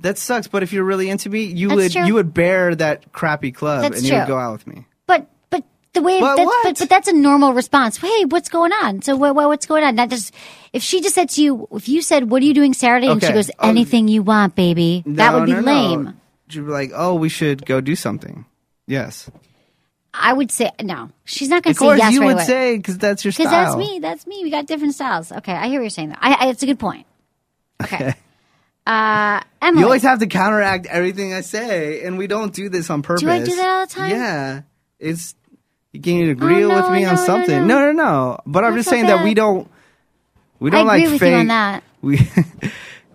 [SPEAKER 12] That sucks. But if you're really into me, you
[SPEAKER 11] That's
[SPEAKER 12] would
[SPEAKER 11] true.
[SPEAKER 12] you would bear that crappy club
[SPEAKER 11] That's
[SPEAKER 12] and you would
[SPEAKER 11] true.
[SPEAKER 12] go out with me.
[SPEAKER 11] But but the way
[SPEAKER 12] But
[SPEAKER 11] that's,
[SPEAKER 12] what?
[SPEAKER 11] But, but that's a normal response. Hey, what's going on? So what, what what's going on? Not just if she just said to you, if you said, "What are you doing Saturday?" and she
[SPEAKER 12] Okay.
[SPEAKER 11] goes,
[SPEAKER 12] Oh.
[SPEAKER 11] "Anything you want, baby," that
[SPEAKER 12] No,
[SPEAKER 11] would be
[SPEAKER 12] no, no.
[SPEAKER 11] lame.
[SPEAKER 12] You'd be like, oh, we should go do something. Yes,
[SPEAKER 11] I would say no. She's not going
[SPEAKER 12] of
[SPEAKER 11] to say
[SPEAKER 12] course
[SPEAKER 11] yes
[SPEAKER 12] you
[SPEAKER 11] right
[SPEAKER 12] would
[SPEAKER 11] away.
[SPEAKER 12] say because that's your style.
[SPEAKER 11] Because that's me. That's me. We got different styles. Okay, I hear what you're saying. Though. I, I, it's a good point. Okay. uh, Emily.
[SPEAKER 12] You always have to counteract everything I say, and we don't do this on purpose.
[SPEAKER 11] I do that all the time?
[SPEAKER 12] Yeah, it's you can you agree
[SPEAKER 11] Oh, no,
[SPEAKER 12] with me
[SPEAKER 11] no,
[SPEAKER 12] on
[SPEAKER 11] no,
[SPEAKER 12] something?
[SPEAKER 11] no.
[SPEAKER 12] No, no, no. But I'm
[SPEAKER 11] That's
[SPEAKER 12] just
[SPEAKER 11] so
[SPEAKER 12] saying
[SPEAKER 11] bad.
[SPEAKER 12] that we don't we don't
[SPEAKER 11] I agree
[SPEAKER 12] like
[SPEAKER 11] with
[SPEAKER 12] fake
[SPEAKER 11] you on that.
[SPEAKER 12] we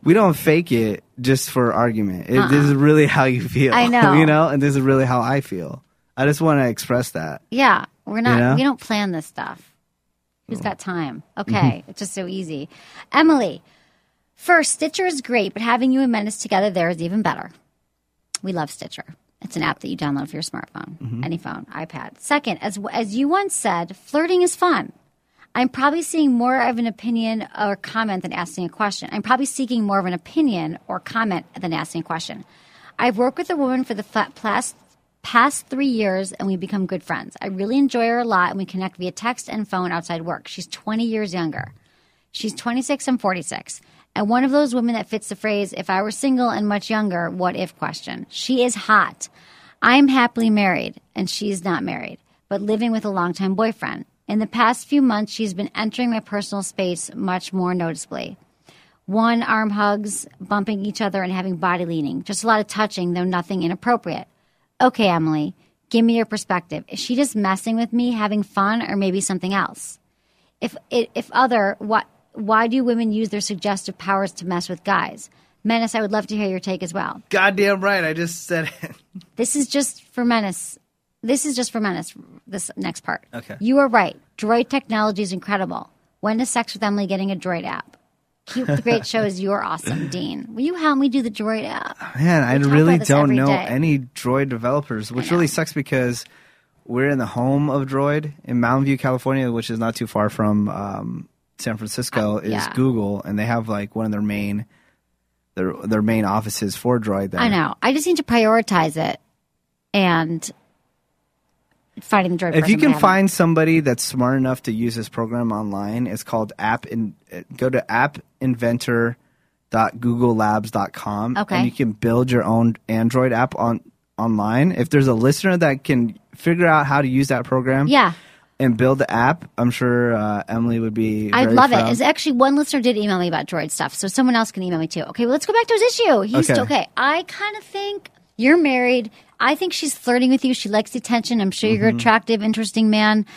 [SPEAKER 12] we don't fake it just for argument. It, This is really how you feel.
[SPEAKER 11] Uh-uh. I know.
[SPEAKER 12] you know, and this is really how I feel. I just want to express that.
[SPEAKER 11] Yeah, we're not.
[SPEAKER 12] You know?
[SPEAKER 11] We don't plan this stuff. Who's got time? Okay, it's just so easy. Emily, first, Stitcher is great, but having you and Menace together there is even better. We love Stitcher. It's an app that you download for your smartphone, any phone, iPad. Second, as as you once said, flirting is fun. I'm probably seeing more of an opinion or comment than asking a question. I'm probably seeking more of an opinion or comment than asking a question. I've worked with a woman for the fa- past past three years, and we've become good friends. I really enjoy her a lot, and we connect via text and phone outside work. She's 20 years younger. She's 26 and 46. And one of those women that fits the phrase, if I were single and much younger, what if question. She is hot. I'm happily married, and she's not married, but living with a longtime boyfriend. In the past few months, she's been entering my personal space much more noticeably. One arm hugs, bumping each other, and having body leaning. Just a lot of touching, though nothing inappropriate. Okay, Emily, give me your perspective. Is she just messing with me, having fun, or maybe something else? if if other what why do women use their suggestive powers to mess with guys menace i would love to hear your take as well
[SPEAKER 12] Goddamn right, I just said it.
[SPEAKER 11] this is just for menace this is just for menace this next part
[SPEAKER 12] Okay.
[SPEAKER 11] you are right droid technology is incredible when is sex with emily getting a droid app keep the great shows you're awesome dean will you help me do the droid app
[SPEAKER 12] Man, I
[SPEAKER 11] talk
[SPEAKER 12] really
[SPEAKER 11] about this
[SPEAKER 12] don't
[SPEAKER 11] every
[SPEAKER 12] know
[SPEAKER 11] day.
[SPEAKER 12] any Droid developers, which really sucks because we're in the home of Droid in Mountain View, California, which is not too far from um, San Francisco. is
[SPEAKER 11] Uh, yeah.
[SPEAKER 12] Google, and they have like one of their main their their main offices for Droid. There,
[SPEAKER 11] i know i just need to prioritize it and finding the droid
[SPEAKER 12] If
[SPEAKER 11] person,
[SPEAKER 12] you
[SPEAKER 11] but I
[SPEAKER 12] can
[SPEAKER 11] haven't.
[SPEAKER 12] find somebody that's smart enough to use this program online, it's called app in uh, go to appinventor.googlelabs.com
[SPEAKER 11] Okay.
[SPEAKER 12] and you can build your own Android app on online. If there's a listener that can figure out how to use that program
[SPEAKER 11] yeah
[SPEAKER 12] and build the app, I'm sure uh, Emily would be
[SPEAKER 11] I
[SPEAKER 12] very
[SPEAKER 11] love it.
[SPEAKER 12] proud.
[SPEAKER 11] It's actually one listener did email me about droid stuff, so someone else can email me too. Okay, well, let's go back to his issue. He's
[SPEAKER 12] Okay.
[SPEAKER 11] okay. I kind of think you're married. I think she's flirting with you. She likes the attention. I'm sure
[SPEAKER 12] Mm-hmm.
[SPEAKER 11] you're an attractive, interesting man.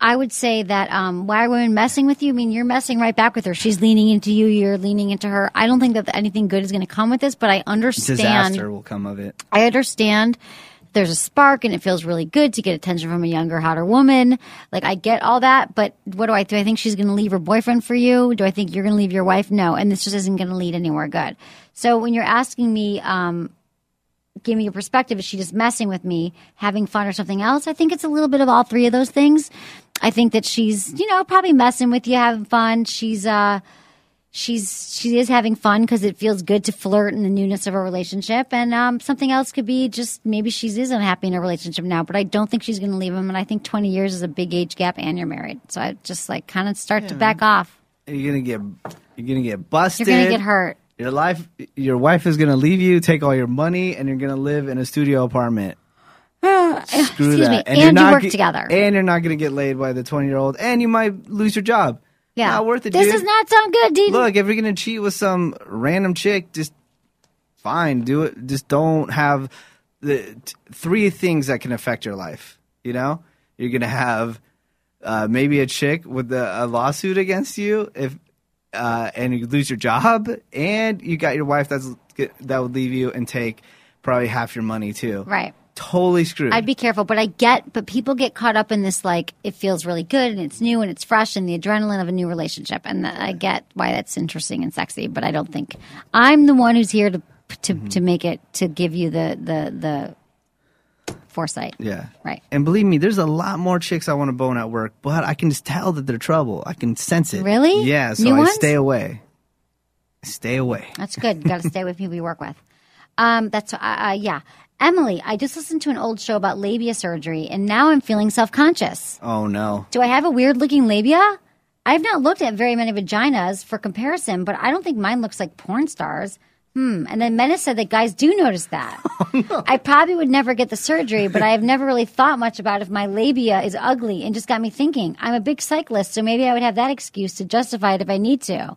[SPEAKER 11] I would say that um, why are women messing with you? I mean, you're messing right back with her. She's leaning into you. You're leaning into her. I don't think that anything good is going to come with this, but I understand.
[SPEAKER 12] Disaster will come of it.
[SPEAKER 11] I understand there's a spark and it feels really good to get attention from a younger, hotter woman. Like I get all that, but what do I do? I think she's going to leave her boyfriend for you. Do I think you're going to leave your wife? No, and this just isn't going to lead anywhere good. So when you're asking me, um, give me your perspective, is she just messing with me, having fun or something else? I think it's a little bit of all three of those things. I think that she's, you know, probably messing with you, having fun. She's, uh, she's she is having fun because it feels good to flirt in the newness of a relationship and um, something else could be just maybe she's is unhappy in a relationship now but i don't think she's going to leave him and i think 20 years is a big age gap and you're married so i just like kind of start to back off
[SPEAKER 12] You're going to get you're going to get busted.
[SPEAKER 11] you're going to get hurt
[SPEAKER 12] Your life your wife is going to leave you, take all your money and you're going to live in a studio apartment. Screw
[SPEAKER 11] excuse
[SPEAKER 12] that.
[SPEAKER 11] me and,
[SPEAKER 12] you're
[SPEAKER 11] you
[SPEAKER 12] not
[SPEAKER 11] work
[SPEAKER 12] ge-
[SPEAKER 11] together
[SPEAKER 12] And you're not going to get laid by the 20 year old, and you might lose your job.
[SPEAKER 11] yeah
[SPEAKER 12] Not worth it,
[SPEAKER 11] this
[SPEAKER 12] dude.
[SPEAKER 11] does not sound good dude
[SPEAKER 12] Look, if you're going to cheat with some random chick, just fine, do it. Just don't have the t- three things that can affect your life. You know, you're going to have uh, maybe a chick with a, a lawsuit against you if. Uh, and you lose your job, and you got your wife that's that would leave you and take probably half your money too.
[SPEAKER 11] right
[SPEAKER 12] totally screwed.
[SPEAKER 11] I'd be careful, but I get, but people get caught up in this like it feels really good and it's new and it's fresh and the adrenaline of a new relationship, and that I get why that's interesting and sexy, but I don't think I'm the one who's here to to, to make it to give you the the the foresight.
[SPEAKER 12] Yeah.
[SPEAKER 11] Right.
[SPEAKER 12] And believe me, there's a lot more chicks I want to bone at work, but I can just tell that they're trouble. I can sense it.
[SPEAKER 11] Really?
[SPEAKER 12] Yeah. So
[SPEAKER 11] New
[SPEAKER 12] I
[SPEAKER 11] ones?
[SPEAKER 12] stay away. Stay away.
[SPEAKER 11] That's good. You got to stay with people you work with. Um, that's uh, uh, yeah. Emily, I just listened to an old show about labia surgery, and now I'm feeling self conscious.
[SPEAKER 12] Oh no.
[SPEAKER 11] Do I have a weird looking labia? I've not looked at very many vaginas for comparison, but I don't think mine looks like porn stars. Hmm. And then Menace said that guys do notice that. I probably would never get the surgery, but I have never really thought much about if my labia is ugly and just got me thinking. I'm a big cyclist, so maybe I would have that excuse to justify it if I need to.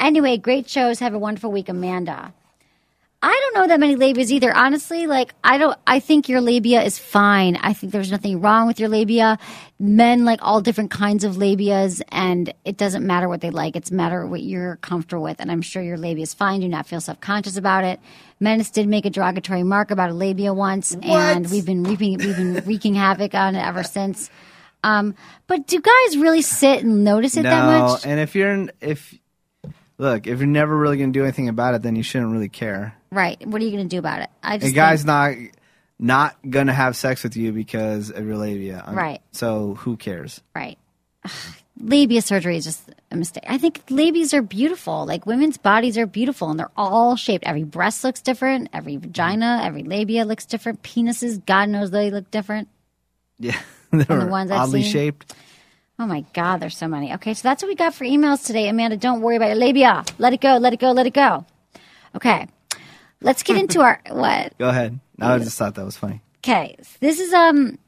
[SPEAKER 11] Anyway, great shows. Have a wonderful week, Amanda. I don't know that many labias either. Honestly, like I don't. I think your labia is fine. I think there's nothing wrong with your labia. Men like all different kinds of labias, and it doesn't matter what they like. It's matter what you're comfortable with, and I'm sure your labia is fine. Do not feel self conscious about it. Menace did make a derogatory mark about a labia once, and we've been reaping, we've been wreaking havoc on it ever since. Um, but do guys really sit and notice it
[SPEAKER 12] no,
[SPEAKER 11] that much?
[SPEAKER 12] and if you're in, if look, if you're never really gonna do anything about it, then you shouldn't really care.
[SPEAKER 11] right. What are you going to do about it? I just
[SPEAKER 12] A guy's
[SPEAKER 11] think-
[SPEAKER 12] not not gonna have sex with you because of your labia, Um,
[SPEAKER 11] Right.
[SPEAKER 12] So who cares?
[SPEAKER 11] right. Ugh, labia surgery is just a mistake. I think labias are beautiful. Like women's bodies are beautiful, and they're all shaped. Every breast looks different. Every vagina, every labia looks different. Penises, God knows they look different.
[SPEAKER 12] Yeah, they're
[SPEAKER 11] the ones I've
[SPEAKER 12] oddly
[SPEAKER 11] seen.
[SPEAKER 12] shaped.
[SPEAKER 11] Oh my God, there's so many. Okay, so that's what we got for emails today. Amanda, don't worry about your labia. Let it go, let it go, let it go. Okay, let's get into our what?
[SPEAKER 12] Go ahead. I just thought that was funny.
[SPEAKER 11] Okay, this is um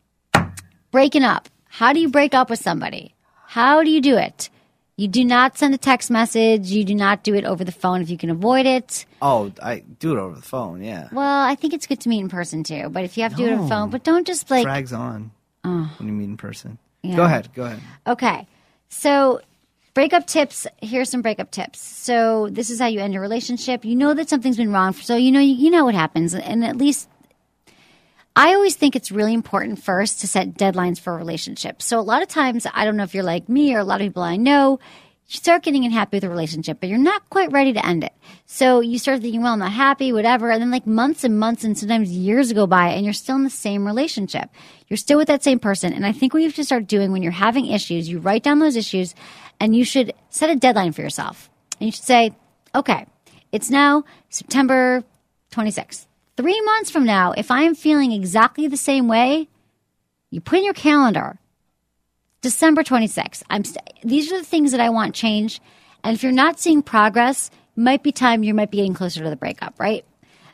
[SPEAKER 11] breaking up. How do you break up with somebody? How do you do it? You do not send a text message. You do not do it over the phone if you can avoid it.
[SPEAKER 12] Oh, I do it over the phone. Yeah,
[SPEAKER 11] Well, I think it's good to meet in person too. But if you have to do it on
[SPEAKER 12] No.
[SPEAKER 11] phone, but don't just like uh.
[SPEAKER 12] drags on when you meet in person.
[SPEAKER 11] Yeah.
[SPEAKER 12] Go ahead. Go ahead.
[SPEAKER 11] Okay. So, breakup tips. Here's some breakup tips. So, this is how you end a relationship. You know that something's been wrong. So, you know, you, you know what happens. And at least I always think it's really important first to set deadlines for a relationship. So, a lot of times, I don't know if you're like me or a lot of people I know, you start getting unhappy with a relationship, but you're not quite ready to end it. So, you start thinking, well, I'm not happy, whatever. And then, like, months and months and sometimes years go by, and you're still in the same relationship. You're still with that same person. And I think what you have to start doing when you're having issues, you write down those issues and you should set a deadline for yourself. And you should say, okay, it's now September 26th. Three months from now, if I am feeling exactly the same way, you put in your calendar December 26th. I'm st- these are the things that I want change. And if you're not seeing progress, it might be time you might be getting closer to the breakup, right?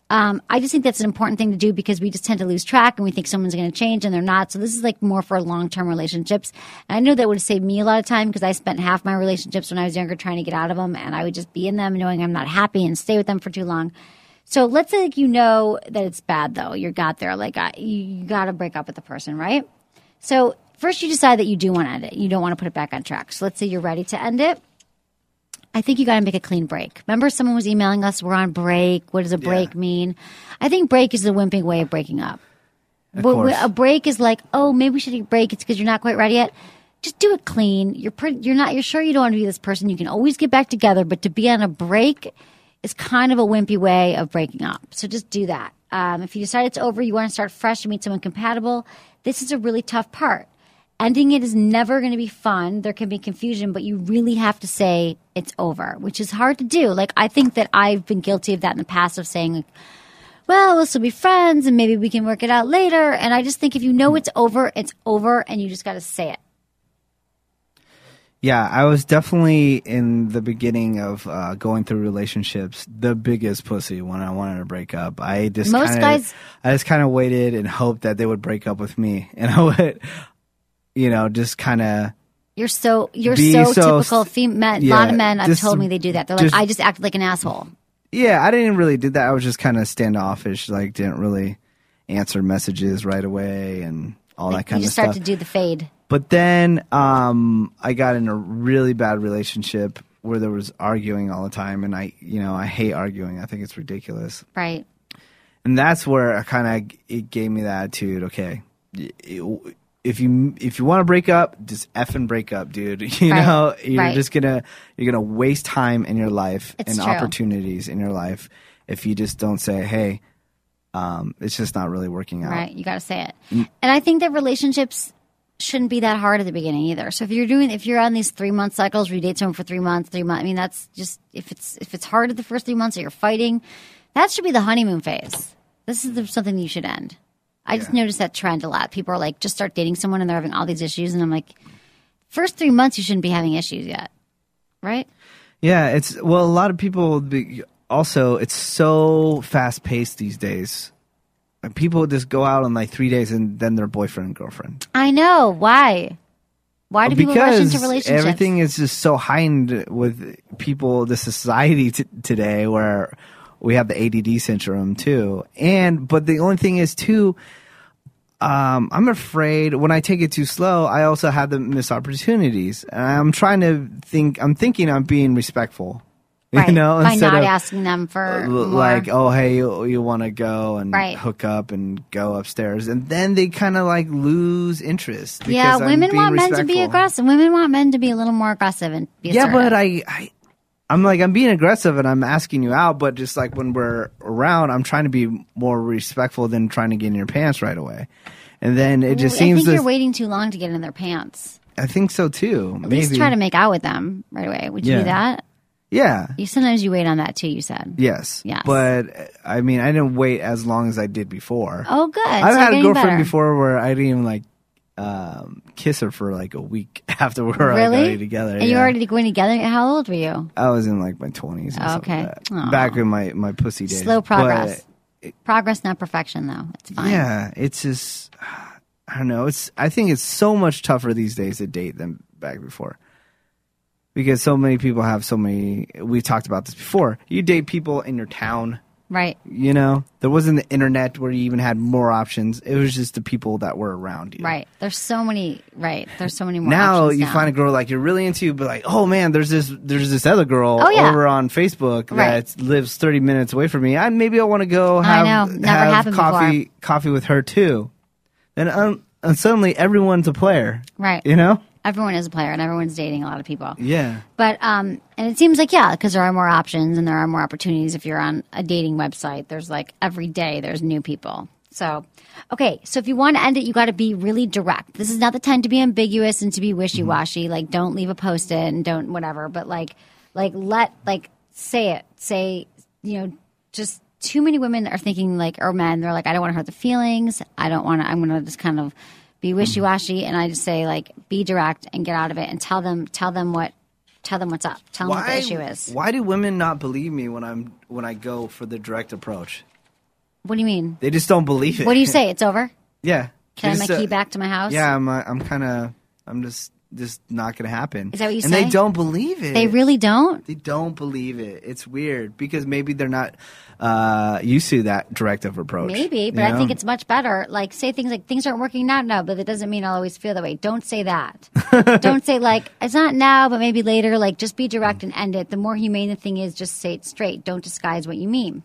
[SPEAKER 11] Um, I just think that's an important thing to do because we just tend to lose track and we think someone's going to change and they're not. So this is like more for long term relationships. And I know that would have saved me a lot of time because I spent half my relationships when I was younger trying to get out of them and I would just be in them knowing I'm not happy and stay with them for too long. So let's say like you know that it's bad though. You got there, like I, you, you got to break up with the person, right? So first you decide that you do want to end it. You don't want to put it back on track. So let's say you're ready to end it. I think you got to make a clean break. Remember, someone was emailing us, we're on break. What does a break mean? I think break is the wimping way of breaking up.
[SPEAKER 12] Of
[SPEAKER 11] But
[SPEAKER 12] course.
[SPEAKER 11] a break is like, oh, maybe we should take a break. It's because you're not quite ready yet. Just do it clean. You're pretty, you're not. You're sure you don't want to be this person. You can always get back together, but to be on a break is kind of a wimpy way of breaking up. So just do that. Um, if you decide it's over, you want to start fresh, you meet someone compatible. This is a really tough part. Ending it is never going to be fun. There can be confusion, but you really have to say it's over, which is hard to do. Like I think that I've been guilty of that in the past of saying like, well, we'll still be friends and maybe we can work it out later. And I just think if you know it's over, it's over and you just got to say it.
[SPEAKER 12] Yeah, I was definitely in the beginning of uh, going through relationships the biggest pussy when I wanted to break up. I just
[SPEAKER 11] Most
[SPEAKER 12] kinda,
[SPEAKER 11] guys-
[SPEAKER 12] I just kind of waited and hoped that they would break up with me, and I would, you know, just kind of
[SPEAKER 11] You're so you're
[SPEAKER 12] Be
[SPEAKER 11] so,
[SPEAKER 12] so-
[SPEAKER 11] typical. Fem- men, a
[SPEAKER 12] yeah,
[SPEAKER 11] lot of men have
[SPEAKER 12] just-
[SPEAKER 11] told me they do that. They're
[SPEAKER 12] just-
[SPEAKER 11] like, I just acted like an asshole.
[SPEAKER 12] yeah, I didn't really do that. I was just kind of standoffish, like didn't really answer messages right away and all that
[SPEAKER 11] you
[SPEAKER 12] kind
[SPEAKER 11] just
[SPEAKER 12] of
[SPEAKER 11] start
[SPEAKER 12] stuff.
[SPEAKER 11] to do the fade.
[SPEAKER 12] But then um, I got in a really bad relationship where there was arguing all the time, and I, you know, I hate arguing. I think it's ridiculous,
[SPEAKER 11] Right.
[SPEAKER 12] and that's where I kind of it gave me the attitude. Okay, y- it- if you if you want to break up, just effing break up, dude. You
[SPEAKER 11] Right.
[SPEAKER 12] know, you're
[SPEAKER 11] Right.
[SPEAKER 12] just gonna you're gonna waste time in your life
[SPEAKER 11] It's
[SPEAKER 12] and
[SPEAKER 11] true.
[SPEAKER 12] opportunities in your life if you just don't say, hey, um, it's just not really working out.
[SPEAKER 11] Right. You got to say it.
[SPEAKER 12] Mm.
[SPEAKER 11] And I think that relationships shouldn't be that hard at the beginning either. So if you're doing, if you're on these three month cycles where you date someone for three months, three months, I mean, that's just, if it's, if it's hard at the first three months or you're fighting, that should be the honeymoon phase. This is the, something you should end. I just noticed that trend a lot. People are like, just start dating someone and they're having all these issues. And I'm like, first three months, you shouldn't be having issues yet. Right?
[SPEAKER 12] Yeah, it's well, a lot of people be, also. It's so fast paced these days. Like, people just go out on like three days and then their boyfriend and girlfriend.
[SPEAKER 11] I know. Why? Why do people rush into
[SPEAKER 12] because
[SPEAKER 11] relationships?
[SPEAKER 12] everything is just so heightened with people, the society t- today, where we have the ADD syndrome too. And but the only thing is too, um, I'm afraid when I take it too slow, I also have the missed opportunities. And I'm trying to think. I'm thinking I'm being respectful
[SPEAKER 11] Right.
[SPEAKER 12] You know,
[SPEAKER 11] by
[SPEAKER 12] instead
[SPEAKER 11] not
[SPEAKER 12] of,
[SPEAKER 11] asking them for
[SPEAKER 12] L-
[SPEAKER 11] more.
[SPEAKER 12] like oh hey you, you want to go and
[SPEAKER 11] Right.
[SPEAKER 12] hook up and go upstairs and then they kind of like lose interest because
[SPEAKER 11] yeah,
[SPEAKER 12] I'm
[SPEAKER 11] women
[SPEAKER 12] being
[SPEAKER 11] want men to be
[SPEAKER 12] respectful.
[SPEAKER 11] aggressive. Women want men to be a little more aggressive and be
[SPEAKER 12] yeah
[SPEAKER 11] assertive.
[SPEAKER 12] but I, I i'm like i'm being aggressive and i'm asking you out but just like when we're around i'm trying to be more respectful than trying to get in your pants right away and then it just
[SPEAKER 11] I
[SPEAKER 12] seems
[SPEAKER 11] think
[SPEAKER 12] this,
[SPEAKER 11] you're waiting too long to get in their pants.
[SPEAKER 12] i think so too
[SPEAKER 11] At
[SPEAKER 12] maybe
[SPEAKER 11] least try to make out with them right away. Would you do
[SPEAKER 12] Yeah.
[SPEAKER 11] that?
[SPEAKER 12] yeah
[SPEAKER 11] You sometimes you wait on that too. You said.
[SPEAKER 12] yes
[SPEAKER 11] Yes.
[SPEAKER 12] but uh, i mean i didn't wait as long as i did before
[SPEAKER 11] Oh, good.
[SPEAKER 12] I've
[SPEAKER 11] so
[SPEAKER 12] had a
[SPEAKER 11] getting
[SPEAKER 12] girlfriend
[SPEAKER 11] better.
[SPEAKER 12] before where I didn't even like um, kiss her for like a week after we were like,
[SPEAKER 11] Really?
[SPEAKER 12] already together.
[SPEAKER 11] And you
[SPEAKER 12] yeah.
[SPEAKER 11] already going together? How old were you?
[SPEAKER 12] I was in like my twenties.
[SPEAKER 11] Okay. Aw.
[SPEAKER 12] Back in my my pussy days.
[SPEAKER 11] Slow
[SPEAKER 12] But,
[SPEAKER 11] progress. progress, not perfection, though. It's fine.
[SPEAKER 12] yeah, it's just I don't know. It's I think it's so much tougher these days to date than back before. Because so many people have so many. We talked about this before. You date people in your town.
[SPEAKER 11] Right.
[SPEAKER 12] You know, there wasn't the internet where you even had more options. It was just the people that were around you.
[SPEAKER 11] Right. There's so many. Right. There's so many more.
[SPEAKER 12] now
[SPEAKER 11] options
[SPEAKER 12] you
[SPEAKER 11] now.
[SPEAKER 12] find a girl like you're really into, but like, oh man, there's this there's this other girl
[SPEAKER 11] Oh, yeah.
[SPEAKER 12] over on Facebook
[SPEAKER 11] Right.
[SPEAKER 12] that lives 30 minutes away from me. I maybe I want to go
[SPEAKER 11] I
[SPEAKER 12] have,
[SPEAKER 11] know. Never
[SPEAKER 12] have
[SPEAKER 11] happened
[SPEAKER 12] coffee coffee with her too. And um, and suddenly everyone's a player,
[SPEAKER 11] Right.
[SPEAKER 12] You know,
[SPEAKER 11] Everyone is a player, and everyone's dating a lot of people.
[SPEAKER 12] yeah,
[SPEAKER 11] But um, and it seems like yeah, because there are more options and there are more opportunities. If you're on a dating website, there's like every day there's new people. So, okay, so if you want to end it, you got to be really direct. This is not the time to be ambiguous and to be wishy washy. Like, don't leave a post it and don't whatever. But like, like let like say it. Say you know, just too many women are thinking like or men. They're like, I don't want to hurt the feelings. I don't want to. I'm going to just kind of be wishy washy. And I just say like, be direct and get out of it and tell them tell them what tell them what's up. Tell them what the issue is.
[SPEAKER 12] why do women not believe me when I'm when I go for the direct approach?
[SPEAKER 11] What do you mean?
[SPEAKER 12] They just don't believe it.
[SPEAKER 11] What do you say? It's over.
[SPEAKER 12] Yeah,
[SPEAKER 11] Can I
[SPEAKER 12] They
[SPEAKER 11] have
[SPEAKER 12] just,
[SPEAKER 11] my
[SPEAKER 12] uh,
[SPEAKER 11] key back to my house?
[SPEAKER 12] Yeah, I'm uh, I'm kind of I'm just just not gonna happen.
[SPEAKER 11] Is that what you
[SPEAKER 12] and
[SPEAKER 11] say?
[SPEAKER 12] they don't believe it.
[SPEAKER 11] They really don't.
[SPEAKER 12] They don't believe it. It's weird because maybe they're not uh, used to that directive approach.
[SPEAKER 11] Maybe, but
[SPEAKER 12] you
[SPEAKER 11] I
[SPEAKER 12] know?
[SPEAKER 11] think it's much better. Like say things like things aren't working now, no, but it doesn't mean I'll always feel that way. Don't say that. don't say like it's not now, but maybe later. Like just be direct and end it. The more humane the thing is, just say it straight. Don't disguise what you mean.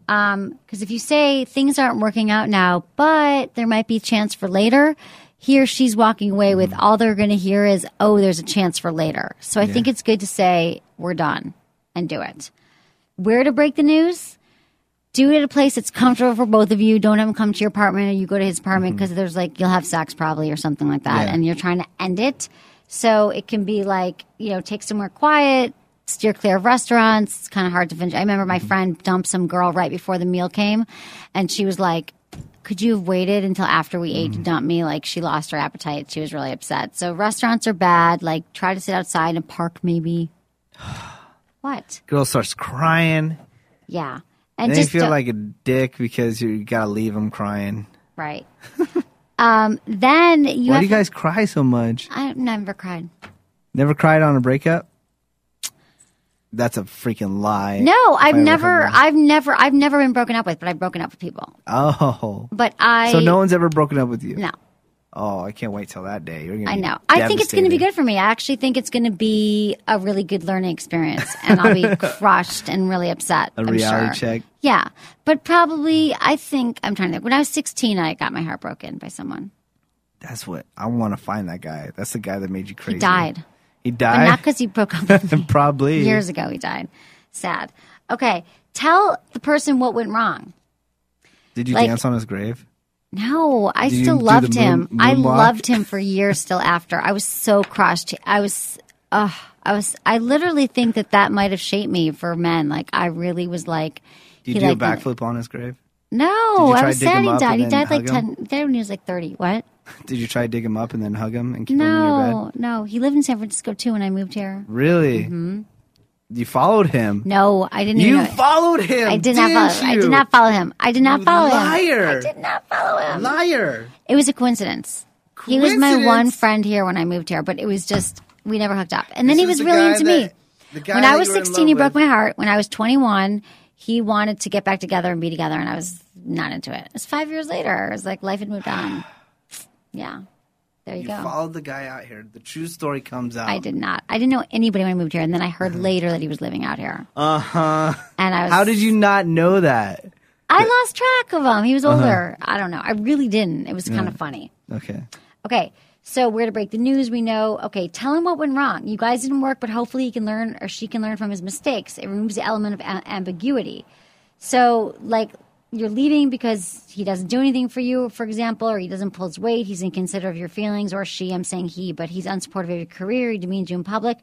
[SPEAKER 11] Because if you say things aren't working out now, but there might be chance for later, he or she's walking away with all they're going to hear is, oh, there's a chance for later. So I think it's good to say, we're done and do it. Where to break the news? Do it at a place that's comfortable for both of you. Don't have him come to your apartment or you go to his apartment because there's like, you'll have sex probably or something like that.
[SPEAKER 12] Mm-hmm. Yeah.
[SPEAKER 11] And you're trying to end it. So it can be like, you know, take somewhere quiet, steer clear of restaurants. It's kind of hard to finish. I remember
[SPEAKER 12] Mm-hmm.
[SPEAKER 11] my friend dumped some girl right before the meal came, and she was like, could you have waited until after we ate to
[SPEAKER 12] Mm-hmm.
[SPEAKER 11] dump me? Like she lost her appetite. She was really upset. So restaurants are bad. Like try to sit outside in a park maybe. what?
[SPEAKER 12] girl starts crying.
[SPEAKER 11] Yeah.
[SPEAKER 12] And
[SPEAKER 11] And
[SPEAKER 12] then you
[SPEAKER 11] just
[SPEAKER 12] feel
[SPEAKER 11] don't-
[SPEAKER 12] like a dick because you gotta leave them crying.
[SPEAKER 11] right. um, then you
[SPEAKER 12] Why
[SPEAKER 11] have
[SPEAKER 12] do you guys cry so much?
[SPEAKER 11] I've never cried.
[SPEAKER 12] Never cried on a breakup? That's a freaking lie.
[SPEAKER 11] No,
[SPEAKER 12] If I
[SPEAKER 11] I've
[SPEAKER 12] ever
[SPEAKER 11] never,
[SPEAKER 12] heard one.
[SPEAKER 11] I've never, I've never been broken up with, but I've broken up with people.
[SPEAKER 12] Oh,
[SPEAKER 11] But I
[SPEAKER 12] so no one's ever broken up with you?
[SPEAKER 11] no.
[SPEAKER 12] Oh, I can't wait till that day. You're gonna
[SPEAKER 11] I
[SPEAKER 12] be
[SPEAKER 11] know. I think it's going to be
[SPEAKER 12] devastated.
[SPEAKER 11] good for me. I actually think it's going to be a really good learning experience, and I'll be crushed and really upset.
[SPEAKER 12] A
[SPEAKER 11] I'm
[SPEAKER 12] reality
[SPEAKER 11] sure.
[SPEAKER 12] check.
[SPEAKER 11] Yeah, but probably I think I'm trying to think. When I was 16, I got my heart broken by someone.
[SPEAKER 12] That's what I want to find. That guy. That's the guy that made you crazy.
[SPEAKER 11] He died,
[SPEAKER 12] He
[SPEAKER 11] but not
[SPEAKER 12] died.
[SPEAKER 11] because he broke up with me.
[SPEAKER 12] Probably
[SPEAKER 11] Years ago, he died. Sad. Okay, tell the person what went wrong.
[SPEAKER 12] Did you
[SPEAKER 11] like-
[SPEAKER 12] dance on his grave?
[SPEAKER 11] No, I
[SPEAKER 12] Did you
[SPEAKER 11] still
[SPEAKER 12] do the
[SPEAKER 11] loved him.
[SPEAKER 12] moon-
[SPEAKER 11] I
[SPEAKER 12] moonwalk?
[SPEAKER 11] loved him for years still after. I was so crushed. I was uh I was I literally think that that might have shaped me for men. Like I really was like
[SPEAKER 12] Did you
[SPEAKER 11] he
[SPEAKER 12] do
[SPEAKER 11] like-
[SPEAKER 12] a backflip on his grave? Did
[SPEAKER 11] No,
[SPEAKER 12] you try
[SPEAKER 11] I
[SPEAKER 12] to
[SPEAKER 11] was
[SPEAKER 12] dig
[SPEAKER 11] sad
[SPEAKER 12] him
[SPEAKER 11] he
[SPEAKER 12] up
[SPEAKER 11] died.
[SPEAKER 12] and
[SPEAKER 11] He
[SPEAKER 12] then
[SPEAKER 11] died like
[SPEAKER 12] hug him?
[SPEAKER 11] 10 died when he was like 30. What?
[SPEAKER 12] Did you try to dig him up and then hug him and keep him in your bed?
[SPEAKER 11] No. No, he lived in San Francisco too when I moved here.
[SPEAKER 12] Really? You followed him.
[SPEAKER 11] Mm-hmm. No, I didn't even
[SPEAKER 12] you
[SPEAKER 11] know.
[SPEAKER 12] followed him.
[SPEAKER 11] I did not follow. I
[SPEAKER 12] you?
[SPEAKER 11] did not follow him. I did not
[SPEAKER 12] You
[SPEAKER 11] follow him. I
[SPEAKER 12] liar.
[SPEAKER 11] did not follow him.
[SPEAKER 12] Liar.
[SPEAKER 11] It was a coincidence. He was my
[SPEAKER 12] Coincidence?
[SPEAKER 11] one friend here when I moved here, but it was just we never hooked up. And then he
[SPEAKER 12] This is
[SPEAKER 11] was
[SPEAKER 12] the
[SPEAKER 11] really
[SPEAKER 12] guy
[SPEAKER 11] into
[SPEAKER 12] that- the
[SPEAKER 11] me.
[SPEAKER 12] guy
[SPEAKER 11] When
[SPEAKER 12] that
[SPEAKER 11] I
[SPEAKER 12] you
[SPEAKER 11] was
[SPEAKER 12] were in
[SPEAKER 11] 16, he
[SPEAKER 12] love
[SPEAKER 11] broke
[SPEAKER 12] with.
[SPEAKER 11] my heart. When I was 21, he wanted to get back together and be together, and I was not into it. It was five years later. It was like life had moved on. Yeah. There you,
[SPEAKER 12] You
[SPEAKER 11] go.
[SPEAKER 12] followed the guy out here. The true story comes out.
[SPEAKER 11] I did not. I didn't know anybody when I moved here, and then I heard later that he was living out here.
[SPEAKER 12] Uh-huh. Uh huh.
[SPEAKER 11] And I was.
[SPEAKER 12] How did you not know that?
[SPEAKER 11] I lost track of him. He
[SPEAKER 12] Uh-huh.
[SPEAKER 11] was older. I don't know. I really didn't. It was kind of funny.
[SPEAKER 12] Okay.
[SPEAKER 11] Okay, so we're to break the news. We know. Okay, tell him what went wrong. You guys didn't work, but hopefully he can learn or she can learn from his mistakes. It removes the element of a- ambiguity. So, like, you're leaving because he doesn't do anything for you, for example, or he doesn't pull his weight. He's inconsiderate of your feelings, or she. I'm saying he, but he's unsupportive of your career. He demeans you in public.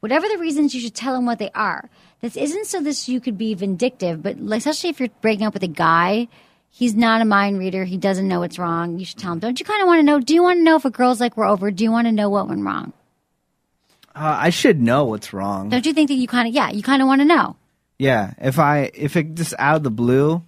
[SPEAKER 11] Whatever the reasons, you should tell him what they are. This isn't so this you could be vindictive, but like, especially if you're breaking up with a guy he's not a mind reader. He doesn't know what's wrong. You should tell him. Don't you kind of want to know? Do you want to know if a girl's like we're over? Do you want to know what went wrong?
[SPEAKER 12] Uh, I should know what's wrong.
[SPEAKER 11] Don't you think that you kind of yeah, you kind of want to know?
[SPEAKER 12] Yeah, if I if it just out of the blue,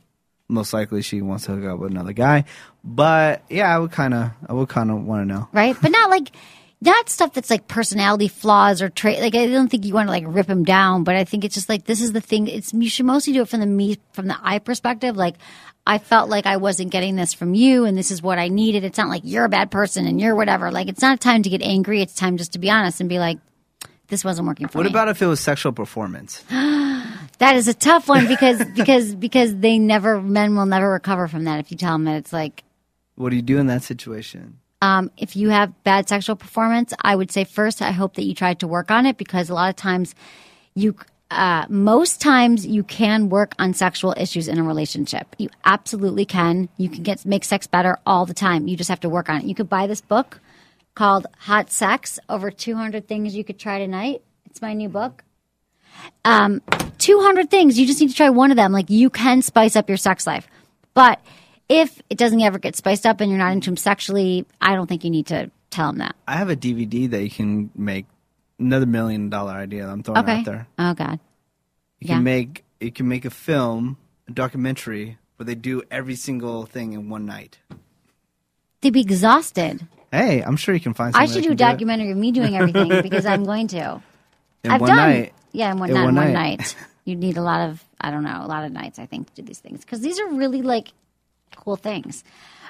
[SPEAKER 12] most likely she wants to hook up with another guy. But yeah, I would kind of I would kind of want to know.
[SPEAKER 11] right? But not like not stuff that's like personality flaws or trait. Like I don't think you want to like rip him down, but I think it's just like this is the thing. It's you should mostly do it from the me from the I perspective. Like I felt like I wasn't getting this from you, and this is what I needed. It's not like you're a bad person and you're whatever. Like it's not time to get angry. It's time just to be honest and be like. This wasn't working for
[SPEAKER 12] What
[SPEAKER 11] me.
[SPEAKER 12] about if it was sexual performance?
[SPEAKER 11] that? Is a tough one because because because they never men will never recover from that. If you tell them that it's like
[SPEAKER 12] What do you do in that situation?
[SPEAKER 11] um, if you have bad sexual performance, I would say first, I hope that you try to work on it because a lot of times you, uh, most times you can work on sexual issues in a relationship. You absolutely can. You can get, make sex better all the time. You just have to work on it. You could buy this book called Hot Sex Over 200 Things You Could Try Tonight. It's my new book. Um, 200 things. You just need to try one of them. Like you can spice up your sex life. But if it doesn't ever get spiced up and you're not into him sexually, I don't think you need to tell him that.
[SPEAKER 12] I have a DVD that you can make another million dollar idea that I'm throwing
[SPEAKER 11] Okay.
[SPEAKER 12] out there.
[SPEAKER 11] Oh God.
[SPEAKER 12] You
[SPEAKER 11] Yeah.
[SPEAKER 12] can make you can make a film, a documentary where they do every single thing in one night.
[SPEAKER 11] They'd be exhausted.
[SPEAKER 12] Hey, I'm sure you can find.
[SPEAKER 11] I
[SPEAKER 12] somebody that
[SPEAKER 11] should do a
[SPEAKER 12] can it
[SPEAKER 11] documentary of me doing everything because I'm going to.
[SPEAKER 12] in
[SPEAKER 11] I've
[SPEAKER 12] one
[SPEAKER 11] done.
[SPEAKER 12] night.
[SPEAKER 11] Yeah, in one,
[SPEAKER 12] In
[SPEAKER 11] night,
[SPEAKER 12] one
[SPEAKER 11] one, one
[SPEAKER 12] night.
[SPEAKER 11] night. You'd need a lot of, I don't know, a lot of nights, I think, to do these things because these are really like cool things.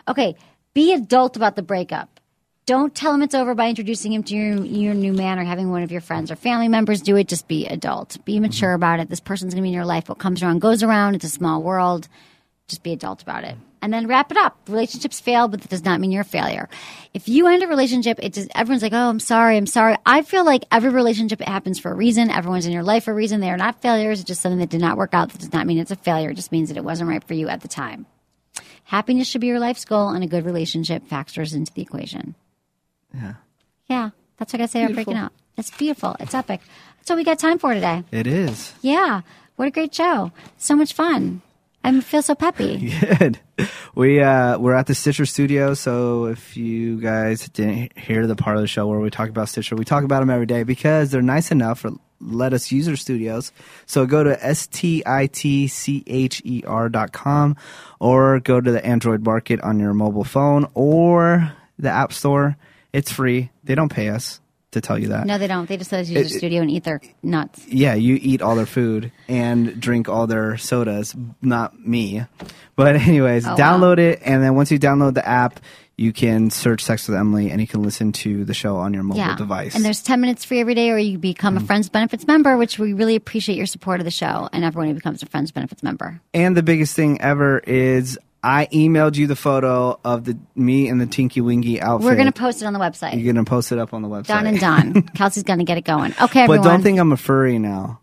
[SPEAKER 11] Okay, be adult about the breakup. Don't tell him it's over by introducing him to your, your new man or having one of your friends or family members do it. Just be adult. Be mature about it. This person's going to be in your life. What comes around goes around. It's a small world. Just be adult about it. And then wrap it up. Relationships fail, but that does not mean you're a failure. If you end a relationship, it just, everyone's like, oh, I'm sorry, I'm sorry. I feel like every relationship happens for a reason. Everyone's in your life for a reason. They are not failures. It's just something that did not work out. That does not mean it's a failure. It just means that it wasn't right for you at the time. Happiness should be your life's goal, and a good relationship factors into the equation. Yeah. Yeah. That's what I say about breaking up. It's beautiful. It's epic. That's all we got time for today.
[SPEAKER 12] It is
[SPEAKER 11] Yeah. What a great show. So much fun. I feel so peppy.
[SPEAKER 12] good. We uh, we're at the Stitcher studio, so if you guys didn't hear the part of the show where we talk about Stitcher, we talk about them every day because they're nice enough for let us use their studios. So go to s t i t c h e r dot com, or go to the Android market on your mobile phone or the App Store. It's free. They don't pay us to tell you that.
[SPEAKER 11] No, they don't. They just let us use the studio and eat their nuts.
[SPEAKER 12] yeah, you eat all their food and drink all their sodas, not me. But anyways,
[SPEAKER 11] Oh, wow.
[SPEAKER 12] download it and then once you download the app, you can search Sex with Emily and you can listen to the show on your mobile
[SPEAKER 11] Yeah.
[SPEAKER 12] device. Mm.
[SPEAKER 11] And there's 10 minutes free every day, or you become a Friends Benefits member, which we really appreciate your support of the show and everyone who becomes a Friends Benefits member.
[SPEAKER 12] And the biggest thing ever is I emailed you the photo of the me and the Tinky Winky outfit.
[SPEAKER 11] We're going to post it on the website.
[SPEAKER 12] You're gonna post it up on the website.
[SPEAKER 11] Don and Don. Kelsey's going to get it going. Okay,
[SPEAKER 12] But
[SPEAKER 11] everyone.
[SPEAKER 12] don't think I'm a furry now.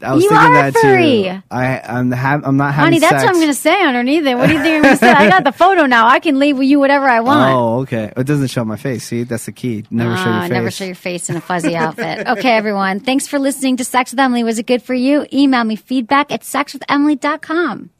[SPEAKER 12] I was
[SPEAKER 11] You
[SPEAKER 12] thinking
[SPEAKER 11] are a
[SPEAKER 12] that too.
[SPEAKER 11] furry.
[SPEAKER 12] I I'm ha- I'm not having
[SPEAKER 11] Honey, that's
[SPEAKER 12] sex.
[SPEAKER 11] what I'm going to say underneath it. What do you think I'm going to say? I got the photo now. I can leave with you whatever I want.
[SPEAKER 12] Oh, okay. It doesn't show my face. See, that's the key. Never show your
[SPEAKER 11] Ah,
[SPEAKER 12] face.
[SPEAKER 11] never show your face in a fuzzy outfit. Okay, everyone. Thanks for listening to Sex with Emily. Was it good for you? Email me feedback at sexwithemily.com.